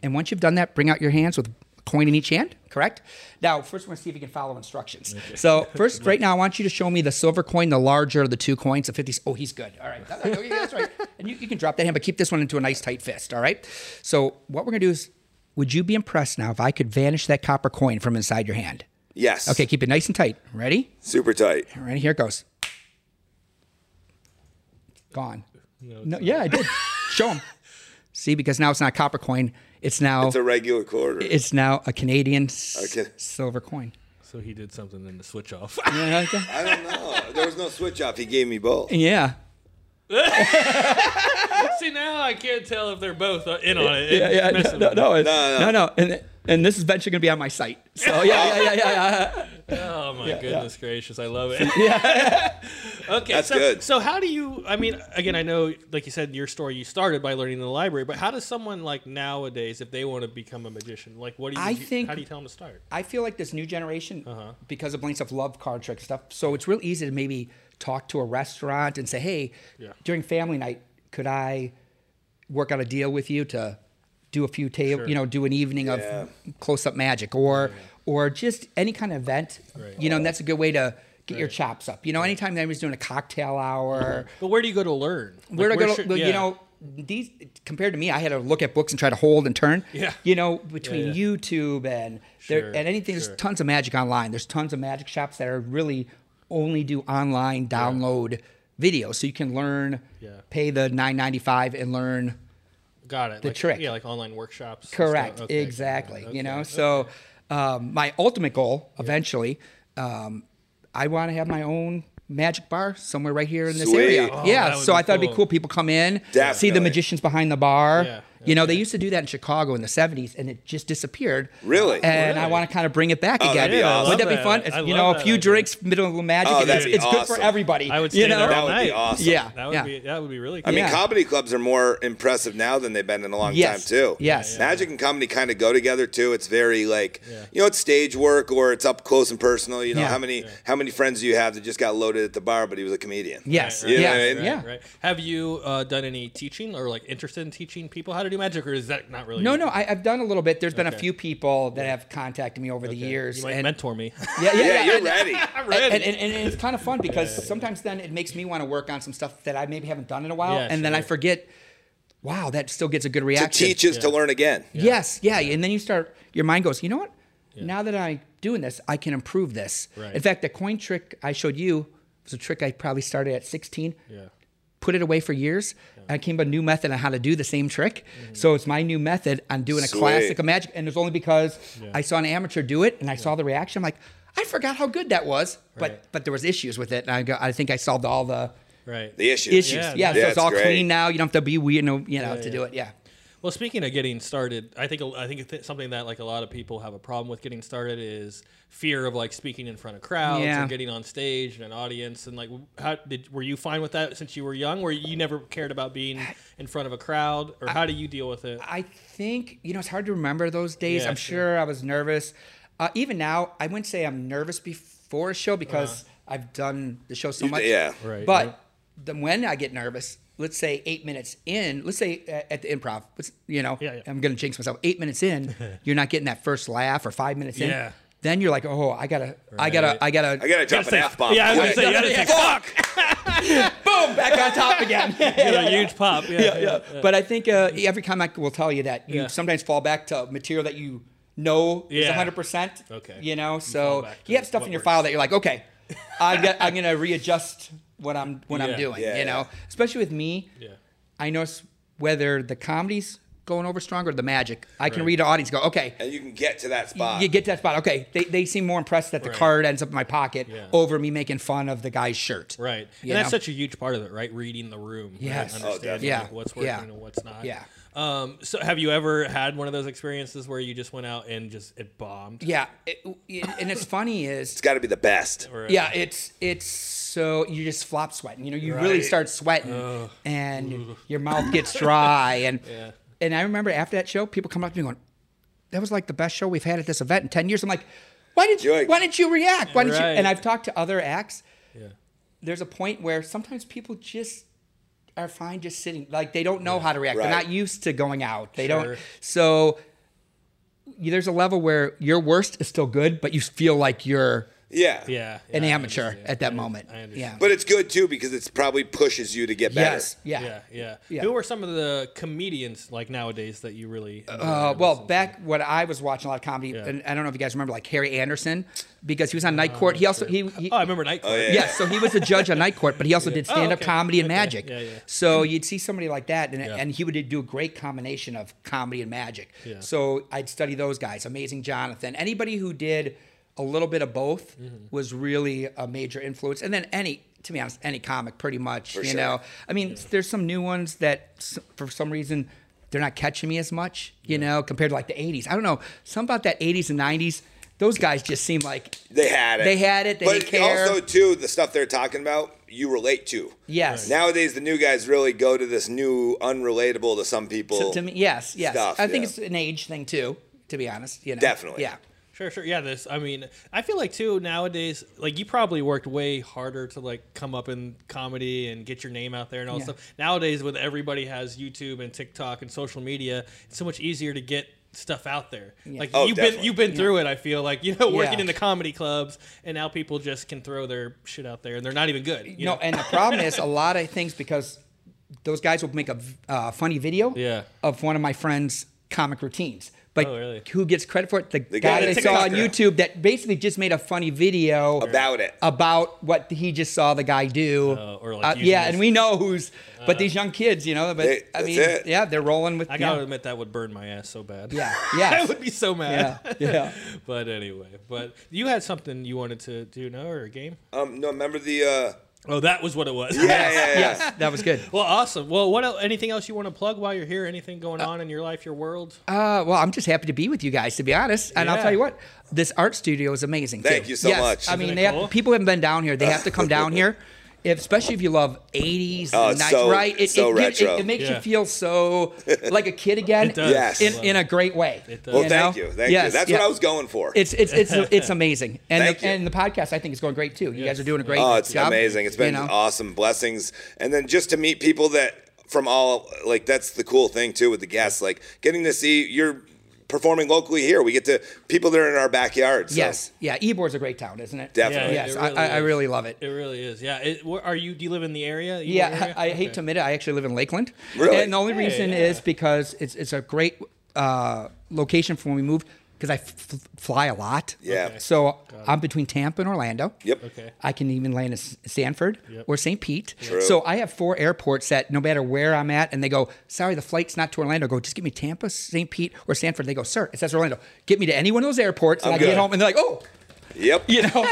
Speaker 4: And once you've done that, bring out your hands with a coin in each hand, correct? Now, first, we're gonna see if you can follow instructions. So, first, right now, I want you to show me the silver coin, the larger of the two coins, the 50. Oh, he's good. All right. That- that- okay, That's right. And you, you can drop that hand, but keep this one into a nice tight fist, all right? So, what we're gonna do is, would you be impressed now if I could vanish that copper coin from inside your hand?
Speaker 1: Yes.
Speaker 4: Okay, keep it nice and tight. Ready?
Speaker 1: Super tight.
Speaker 4: All right, here it goes. Gone. No, yeah, I did. Show him. See, because now it's not copper coin. It's now
Speaker 1: It's a regular quarter.
Speaker 4: it's now a Canadian s-
Speaker 1: Okay.
Speaker 4: silver coin.
Speaker 2: So he did something in the switch off.
Speaker 4: Yeah.
Speaker 1: I don't know. There was no switch off. He gave me both.
Speaker 4: yeah.
Speaker 2: See now I can't tell if they're both uh, in on it.
Speaker 4: Yeah, yeah,
Speaker 2: Messing
Speaker 4: no,
Speaker 2: with
Speaker 4: no, it-
Speaker 1: No,
Speaker 4: no,
Speaker 1: no.
Speaker 4: no, and and this is eventually gonna be on my site. So yeah, yeah, yeah, yeah, yeah.
Speaker 2: Oh my goodness gracious, I love it. okay,
Speaker 1: That's
Speaker 2: so,
Speaker 1: good.
Speaker 2: So how do you? I mean, again, I know, like you said, in your story you started by learning in the library, but how does someone like nowadays, if they want to become a magician, like what do you?
Speaker 4: I think-
Speaker 2: how do you tell them to start?
Speaker 4: I feel like this new generation, because of Blinks of love card trick stuff. So it's real easy to maybe talk to a restaurant and say, hey,
Speaker 2: Yeah.
Speaker 4: during family night, could I work out a deal with you to do a few table, you know, do an evening
Speaker 1: Yeah.
Speaker 4: of close up magic or or just any kind of event. You know, and that's a good way to get your chops up. You know, anytime anybody's doing a cocktail hour,
Speaker 2: But where do you go to learn? Like,
Speaker 4: where do I go?
Speaker 2: should-
Speaker 4: to, well,
Speaker 2: yeah.
Speaker 4: You know, these compared to me, I had to look at books and try to hold and turn.
Speaker 2: Yeah.
Speaker 4: You know,
Speaker 2: yeah.
Speaker 4: between YouTube and
Speaker 2: Sure,
Speaker 4: there and anything,
Speaker 2: sure.
Speaker 4: there's tons of magic online. There's tons of magic shops that are really only do online download videos, so you can learn.
Speaker 2: Yeah.
Speaker 4: Pay the nine ninety five and learn.
Speaker 2: got it. The like,
Speaker 4: trick.
Speaker 2: yeah, like online workshops. and
Speaker 4: Correct.
Speaker 2: stuff. Okay,
Speaker 4: Exactly.
Speaker 2: okay,
Speaker 4: You know,
Speaker 2: okay.
Speaker 4: so um, my ultimate goal eventually, um, I want to have my own magic bar somewhere right here in this area.
Speaker 1: Sweet. Oh,
Speaker 2: that
Speaker 4: yeah.
Speaker 2: would
Speaker 4: So
Speaker 2: be
Speaker 4: I thought it'd be
Speaker 2: cool.
Speaker 4: cool. People come in, see
Speaker 1: Definitely.
Speaker 4: the magicians behind the bar.
Speaker 2: Yeah,
Speaker 4: You know, they used to do that in Chicago in the 70s and it just disappeared.
Speaker 1: Really?
Speaker 4: And I
Speaker 2: Really?
Speaker 4: want to kind of bring it back
Speaker 1: Oh,
Speaker 4: again.
Speaker 1: that'd be Yeah, I awesome. love
Speaker 4: Wouldn't that be
Speaker 2: that.
Speaker 4: fun?
Speaker 2: I
Speaker 4: It's, you
Speaker 2: love
Speaker 4: know, a
Speaker 2: that
Speaker 4: few
Speaker 2: idea.
Speaker 4: drinks, middle of the magic.
Speaker 1: Oh,
Speaker 4: and
Speaker 1: that'd
Speaker 4: it's
Speaker 1: be
Speaker 4: it's good for
Speaker 1: awesome.
Speaker 4: everybody.
Speaker 2: I would
Speaker 4: you
Speaker 2: stand
Speaker 4: know?
Speaker 2: there
Speaker 1: That
Speaker 2: all
Speaker 1: would
Speaker 2: night.
Speaker 1: be awesome.
Speaker 4: Yeah.
Speaker 2: That would
Speaker 4: yeah.
Speaker 2: be that would be really.
Speaker 1: I
Speaker 2: Cool.
Speaker 1: mean,
Speaker 4: Yeah.
Speaker 1: comedy clubs are more impressive now than they've been in a long
Speaker 4: Yes.
Speaker 1: time too.
Speaker 4: Yes. Yeah, yeah.
Speaker 1: magic and comedy kind of go together too. It's very like you know, it's stage work or it's up close and personal. You know,
Speaker 4: Yeah.
Speaker 1: how many how many friends do you have that just got loaded at the bar, but he was a comedian?
Speaker 4: Yes.
Speaker 1: You know
Speaker 4: yeah.
Speaker 1: what I mean?
Speaker 2: Right,
Speaker 4: yeah.
Speaker 2: right. Have you uh, done any teaching or like interested in teaching people how to do magic, or is that not really?
Speaker 4: No, no, I, I've done a little bit. There's been a
Speaker 2: Okay.
Speaker 4: few people that have contacted me over the years.
Speaker 2: You might
Speaker 4: and,
Speaker 2: mentor me.
Speaker 4: yeah, yeah,
Speaker 1: Yeah,
Speaker 4: yeah.
Speaker 1: you're
Speaker 4: and-
Speaker 1: ready.
Speaker 4: And, and, and it's kind of fun because sometimes then it makes me want to work on some stuff that I maybe haven't done in a while,
Speaker 2: Yeah,
Speaker 4: and then I
Speaker 2: sure.
Speaker 4: forget. Wow, that still gets a good
Speaker 1: to
Speaker 4: reaction.
Speaker 1: teach is to learn again.
Speaker 4: Yes, yeah. and then you start. Your mind goes, you know what? Now that I'm doing this, I can improve this.
Speaker 2: Right.
Speaker 4: In fact, the coin trick I showed you was a trick I probably started at 16
Speaker 2: yeah.
Speaker 4: put it away for years. And I came up with a new method on how to do the same trick. So it's my new method on doing a
Speaker 1: Sweet.
Speaker 4: classic of magic. And it's only because I saw an amateur do it and I saw the reaction. I'm like, I forgot how good that was. But
Speaker 2: Right.
Speaker 4: but there was issues with it. And I go, I think I solved all the
Speaker 2: Right.
Speaker 1: The issues.
Speaker 4: issues.
Speaker 2: Yeah,
Speaker 4: Yeah,
Speaker 1: yeah,
Speaker 4: so it's
Speaker 1: it's
Speaker 4: all
Speaker 1: great.
Speaker 4: clean now. You don't have to be weird, no, you know, to
Speaker 2: yeah.
Speaker 4: do it. Yeah.
Speaker 2: Well, speaking of getting started, I think I think it's something that like a lot of people have a problem with getting started is fear of like speaking in front of crowds
Speaker 4: Yeah.
Speaker 2: or getting on stage and an audience and like how did were you fine with that since you were young? Where you never cared about being in front of a crowd, or how do you deal with it?
Speaker 4: I think you know it's hard to remember those days.
Speaker 2: Yeah,
Speaker 4: I'm
Speaker 2: sure.
Speaker 4: sure. I was nervous. Uh, even now, I wouldn't say I'm nervous before a show because I've done the show so
Speaker 1: You-
Speaker 4: much.
Speaker 1: yeah.
Speaker 2: Uh-huh. Right,
Speaker 4: But
Speaker 2: right.
Speaker 4: the, when I get nervous, let's say eight minutes in, let's say a- at the improv, let's, you know,
Speaker 2: Yeah, yeah.
Speaker 4: I'm gonna jinx myself. Eight minutes in, you're not getting that first laugh, or five minutes in.
Speaker 2: Yeah.
Speaker 4: Then you're like, oh, I gotta, I gotta, I gotta,
Speaker 1: I gotta drop an F bomb.
Speaker 2: yeah, I was gonna
Speaker 1: quick.
Speaker 2: say you gotta say fuck.
Speaker 4: boom, back on top again.
Speaker 2: You got a huge pop. Yeah, yeah.
Speaker 4: But I think uh, every comic will tell you that you
Speaker 2: Yeah.
Speaker 4: sometimes fall back to material that you know is
Speaker 2: Yeah.
Speaker 4: 100%.
Speaker 2: Okay.
Speaker 4: You know,
Speaker 2: fall
Speaker 4: so
Speaker 2: back to
Speaker 4: you have stuff
Speaker 2: what
Speaker 4: in your
Speaker 2: works.
Speaker 4: file that you're like, okay, I got, I'm going to readjust what I'm what
Speaker 2: Yeah.
Speaker 4: I'm doing,
Speaker 1: Yeah,
Speaker 4: you know. Especially with me,
Speaker 2: Yeah.
Speaker 4: I notice whether the comedy's going over strong or the magic. I can
Speaker 2: Right.
Speaker 4: read an audience and go, okay,
Speaker 1: And you can get to that spot.
Speaker 4: you get to that spot. Okay, they, they seem more impressed that the
Speaker 2: Right.
Speaker 4: card ends up in my pocket
Speaker 2: Yeah.
Speaker 4: over me making fun of the guy's shirt.
Speaker 2: Right. and
Speaker 4: You
Speaker 2: that's
Speaker 4: know?
Speaker 2: such a huge part of it, right? Reading the room. right?
Speaker 4: Yes. Oh,
Speaker 2: Understanding
Speaker 1: definitely.
Speaker 4: Yeah.
Speaker 2: like, what's working
Speaker 4: Yeah.
Speaker 2: and what's not.
Speaker 4: Yeah.
Speaker 2: Um, so have you ever had one of those experiences where you just went out and just it bombed?
Speaker 4: Yeah. It- it- and it's funny is
Speaker 1: It's got to be the best.
Speaker 4: Yeah, it's it's so you just flop sweating. You know, you really
Speaker 2: Right.
Speaker 4: start sweating, and your mouth gets dry. And and I remember after that show, people come up to me going, "That was like the best show we've had at this event in ten years." I'm like, "Why did
Speaker 1: Joy.
Speaker 4: you? Why didn't you react? Why didn't you?"
Speaker 2: Right.
Speaker 4: And I've talked to other acts.
Speaker 2: Yeah.
Speaker 4: There's a point where sometimes people just are fine just sitting, like they don't know how to react.
Speaker 1: Right.
Speaker 4: They're not used to going out. They
Speaker 2: Sure.
Speaker 4: don't. So you- there's a level where your worst is still good, but you feel like you're
Speaker 1: Yeah.
Speaker 2: Yeah.
Speaker 4: an
Speaker 2: yeah, I
Speaker 4: amateur
Speaker 2: understand.
Speaker 4: at that moment.
Speaker 2: I
Speaker 4: yeah.
Speaker 2: understand.
Speaker 1: But it's good too because it's probably pushes you to get better.
Speaker 4: yes. Yeah.
Speaker 2: Yeah, yeah,
Speaker 4: Yeah.
Speaker 2: Who are some of the comedians like nowadays that you really?
Speaker 4: Uh, well, back when I was watching a lot of comedy,
Speaker 2: Yeah.
Speaker 4: and I don't know if you guys remember, like Harry Anderson, because he was on Night Court. He also he, he
Speaker 2: oh, I remember Night Court.
Speaker 1: yeah.
Speaker 4: yes, so he was a judge on Night Court, but he also did
Speaker 2: Oh,
Speaker 4: stand up
Speaker 2: okay.
Speaker 4: comedy and
Speaker 2: Okay.
Speaker 4: magic.
Speaker 2: Yeah, yeah.
Speaker 4: So you'd see somebody like that, and,
Speaker 2: Yeah.
Speaker 4: and he would do a great combination of comedy and magic.
Speaker 2: Yeah.
Speaker 4: So I'd study those guys, Amazing Jonathan, anybody who did a little bit of both
Speaker 2: Mm-hmm.
Speaker 4: was really a major influence. And then any, to be honest, any comic pretty much, you
Speaker 1: sure.
Speaker 4: know. I mean, there's some new ones that s- for some reason they're not catching me as much, you know, compared to like the 80s. I don't know, some about that 80s and 90s. Those guys just seem like
Speaker 1: They had it.
Speaker 4: They had it, they
Speaker 1: but
Speaker 4: didn't care.
Speaker 1: also too, the stuff they're talking about, you relate to.
Speaker 4: yes.
Speaker 1: Nowadays, the new guys really go to this new unrelatable to some people.
Speaker 4: to, to me, yes, yes.
Speaker 1: stuff,
Speaker 4: I think
Speaker 1: yeah.
Speaker 4: it's an age thing too. To be honest, you know.
Speaker 1: Definitely.
Speaker 4: Yeah.
Speaker 2: Sure, sure. Yeah, this. I mean, I feel like too nowadays, like you probably worked way harder to like come up in comedy and get your name out there and all
Speaker 4: Yeah.
Speaker 2: stuff. Nowadays, with everybody has YouTube and TikTok and social media, it's so much easier to get stuff out there. Like
Speaker 1: Oh,
Speaker 2: you've been
Speaker 1: definitely.
Speaker 2: you've been through it. I feel like you know working
Speaker 4: Yeah.
Speaker 2: in the comedy clubs, and now people just can throw their shit out there, and they're not even good. You
Speaker 4: no,
Speaker 2: know?
Speaker 4: and the problem is a lot of things because those guys will make a v- uh, funny video
Speaker 2: Yeah.
Speaker 4: of one of my friend's comic routines. But
Speaker 2: Oh, really?
Speaker 4: who gets credit for it? The,
Speaker 1: guy
Speaker 4: guy,
Speaker 1: that
Speaker 4: they saw on
Speaker 1: TikToker.
Speaker 4: YouTube that basically just made a funny video
Speaker 1: About it.
Speaker 4: Uh, about what he just saw the guy do.
Speaker 2: Uh, or like using
Speaker 4: yeah,
Speaker 2: his- Uh.
Speaker 4: and we know who's. But these young kids, you know, but
Speaker 1: They-
Speaker 4: I
Speaker 1: that's
Speaker 4: mean,
Speaker 1: it.
Speaker 4: yeah, they're rolling with.
Speaker 2: I gotta
Speaker 4: yeah,
Speaker 2: admit that would burn my ass so bad.
Speaker 4: yeah,
Speaker 2: I
Speaker 4: yes.
Speaker 2: would be so mad.
Speaker 4: yeah, yeah.
Speaker 2: but anyway, but you had something you wanted to do now or a game?
Speaker 1: Um, no, remember the. Uh, yeah,
Speaker 2: Oh, that was what it was.
Speaker 1: yeah, yeah.
Speaker 4: Yes, that was good.
Speaker 2: Well, awesome. Well, what el- anything else you want to plug while you're here? Anything going on in your life, your world?
Speaker 4: Uh, well, I'm just happy to be with you guys, to be honest. And I'll
Speaker 2: Yeah.
Speaker 4: tell you what, this art studio is amazing.
Speaker 1: Thank
Speaker 4: too.
Speaker 1: you so
Speaker 4: Yes,
Speaker 1: much.
Speaker 4: I
Speaker 2: Isn't
Speaker 4: mean,
Speaker 2: it
Speaker 4: they
Speaker 2: cool?
Speaker 4: have, people haven't been down here. They have to come down here, if, especially if you love 80s,
Speaker 1: Oh,
Speaker 4: and
Speaker 1: it's
Speaker 4: 90s,
Speaker 1: so-
Speaker 4: right? It,
Speaker 1: so
Speaker 4: it, gives- it-
Speaker 1: retro.
Speaker 4: It, makes
Speaker 2: Yeah.
Speaker 4: you feel so like a kid again.
Speaker 2: It does.
Speaker 1: Yes.
Speaker 4: In, in a great way. It
Speaker 2: does.
Speaker 1: Well, thank you. Thank you. That's what I was going for.
Speaker 4: It's it's it's it's amazing, and
Speaker 1: Thank
Speaker 4: the,
Speaker 1: you.
Speaker 4: and the podcast I think is going great too. You guys are doing a great.
Speaker 1: Oh, it's
Speaker 4: job,
Speaker 1: amazing. It's been
Speaker 4: you know?
Speaker 1: awesome. Blessings. And then just to meet people that from all like that's the cool thing too with the guests. Like getting to see you're performing locally here. We get to people that are in our backyard. So
Speaker 4: Yes, yeah. Ebor's a great town, isn't it?
Speaker 1: Definitely.
Speaker 2: Yeah,
Speaker 4: Yes,
Speaker 2: it
Speaker 4: I
Speaker 2: really
Speaker 4: I, I
Speaker 2: is.
Speaker 4: really love
Speaker 2: It really is. Yeah. It, where, are you? Do you live in the area? You live in the
Speaker 4: Yeah,
Speaker 2: area?
Speaker 4: I, I hate
Speaker 2: Okay.
Speaker 4: to admit it. I actually live in Lakeland.
Speaker 1: Really?
Speaker 4: And the only
Speaker 2: Hey,
Speaker 4: reason
Speaker 2: yeah.
Speaker 4: is because it's it's a great uh, location for when we moved because I f- f- fly a lot.
Speaker 1: Yeah. Okay.
Speaker 4: So I'm between Tampa and Orlando.
Speaker 1: Yep.
Speaker 2: Okay.
Speaker 4: I can even land in S- Sanford or St. Pete.
Speaker 1: True.
Speaker 4: So I have four airports that no matter where I'm at, and they go, sorry, the flight's not to Orlando. I go, just give me Tampa, St. Pete, or Sanford. They go, sir, it says Orlando. Get me to any one of those airports, and
Speaker 1: I'm
Speaker 4: I get
Speaker 1: good.
Speaker 4: home, and they're like, oh,
Speaker 1: Yep.
Speaker 4: you know,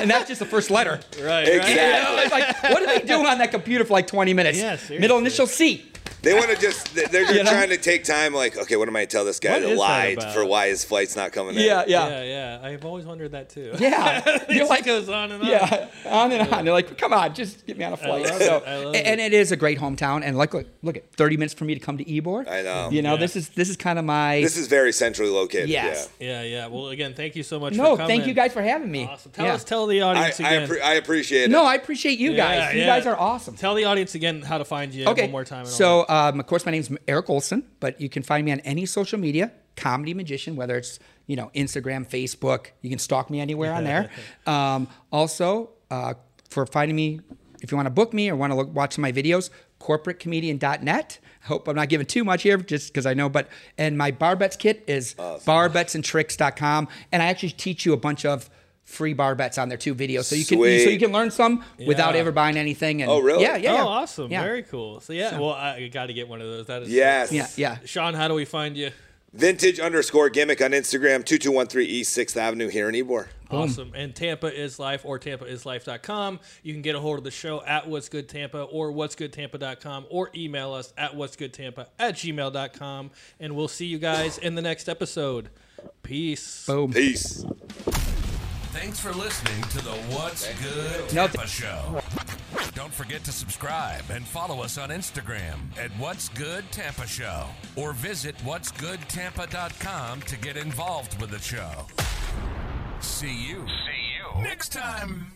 Speaker 4: and that's just the first letter.
Speaker 2: Right.
Speaker 1: Exactly.
Speaker 2: Right?
Speaker 4: You know, it's like, what are they doing on that computer for like 20 minutes?
Speaker 2: Yeah, seriously.
Speaker 4: Middle initial C.
Speaker 1: They want to just they- they're just
Speaker 4: You know?
Speaker 1: trying to take time. Like, okay, what am I gonna tell this guy
Speaker 2: What is
Speaker 1: that
Speaker 2: that
Speaker 1: lied
Speaker 2: about?
Speaker 1: for why his flight's not coming in?
Speaker 4: Yeah, yeah.
Speaker 2: Yeah. Yeah. I've always wondered that too.
Speaker 4: uh, Yeah.
Speaker 2: it
Speaker 4: You're
Speaker 2: just
Speaker 4: like,
Speaker 2: goes on and on.
Speaker 4: yeah, on and on. They're like, come on, just get me on a flight.
Speaker 2: love
Speaker 4: So,
Speaker 2: it. I love
Speaker 4: and, and it is a great hometown. And like, look, look at 30 minutes for me to come to Ebor.
Speaker 1: I know.
Speaker 4: You know, this is this is kind of my.
Speaker 1: This is very centrally located.
Speaker 4: Yes.
Speaker 2: Yeah. Yeah. Well, again, thank you so much.
Speaker 4: no,
Speaker 2: for coming.
Speaker 4: thank you guys for having me.
Speaker 2: Awesome. Tell
Speaker 4: Yeah.
Speaker 2: us. Tell the
Speaker 1: Yeah. I,
Speaker 2: audience
Speaker 1: I,
Speaker 2: again.
Speaker 1: appre- I appreciate it.
Speaker 4: No, I appreciate you guys.
Speaker 2: Yeah,
Speaker 4: you
Speaker 2: yeah.
Speaker 4: guys are awesome.
Speaker 2: Tell the audience again how to find you one more time. and all
Speaker 4: So, um, of course, my name's Eric Olson, but you can find me on any social media, Comedy Magician, whether it's you know Instagram, Facebook. You can stalk me anywhere on there. um, also, uh, for finding me, if you want to book me or want to look, watch some of my videos, corporatecomedian.net. I hope I'm not giving too much here, just because I know. But and my bar bets kit is barbetsandtricks.com, and I actually teach you a bunch of free bar bets on there too videos, so you can so
Speaker 1: Sweet.
Speaker 4: you can learn some without
Speaker 2: Yeah.
Speaker 4: ever buying anything. And
Speaker 1: Oh, really?
Speaker 4: Yeah, yeah.
Speaker 2: Oh,
Speaker 4: yeah.
Speaker 2: awesome.
Speaker 4: Yeah.
Speaker 2: Very cool. So, yeah, well, I got to get one of those. That is
Speaker 1: Yes.
Speaker 4: Yeah, yeah.
Speaker 2: Sean, how do we find you?
Speaker 1: Vintage underscore gimmick on Instagram, two two one three East Sixth Avenue here in Ebor.
Speaker 2: Awesome. And Tampa is Life or TampaIsLife.com. You can get a hold of the show at What's Good Tampa or What's Good Tampa.com or email us at What's Good Tampa at gmail.com. And we'll see you guys in the next episode. Peace.
Speaker 4: Boom.
Speaker 1: Peace.
Speaker 3: Thanks for listening to the What's Good
Speaker 4: No,
Speaker 3: Tampa Show. Don't forget to subscribe and follow us on Instagram at What's Good Tampa Show or visit what'sgoodtampa.com to get involved with the show. See you. See you next time.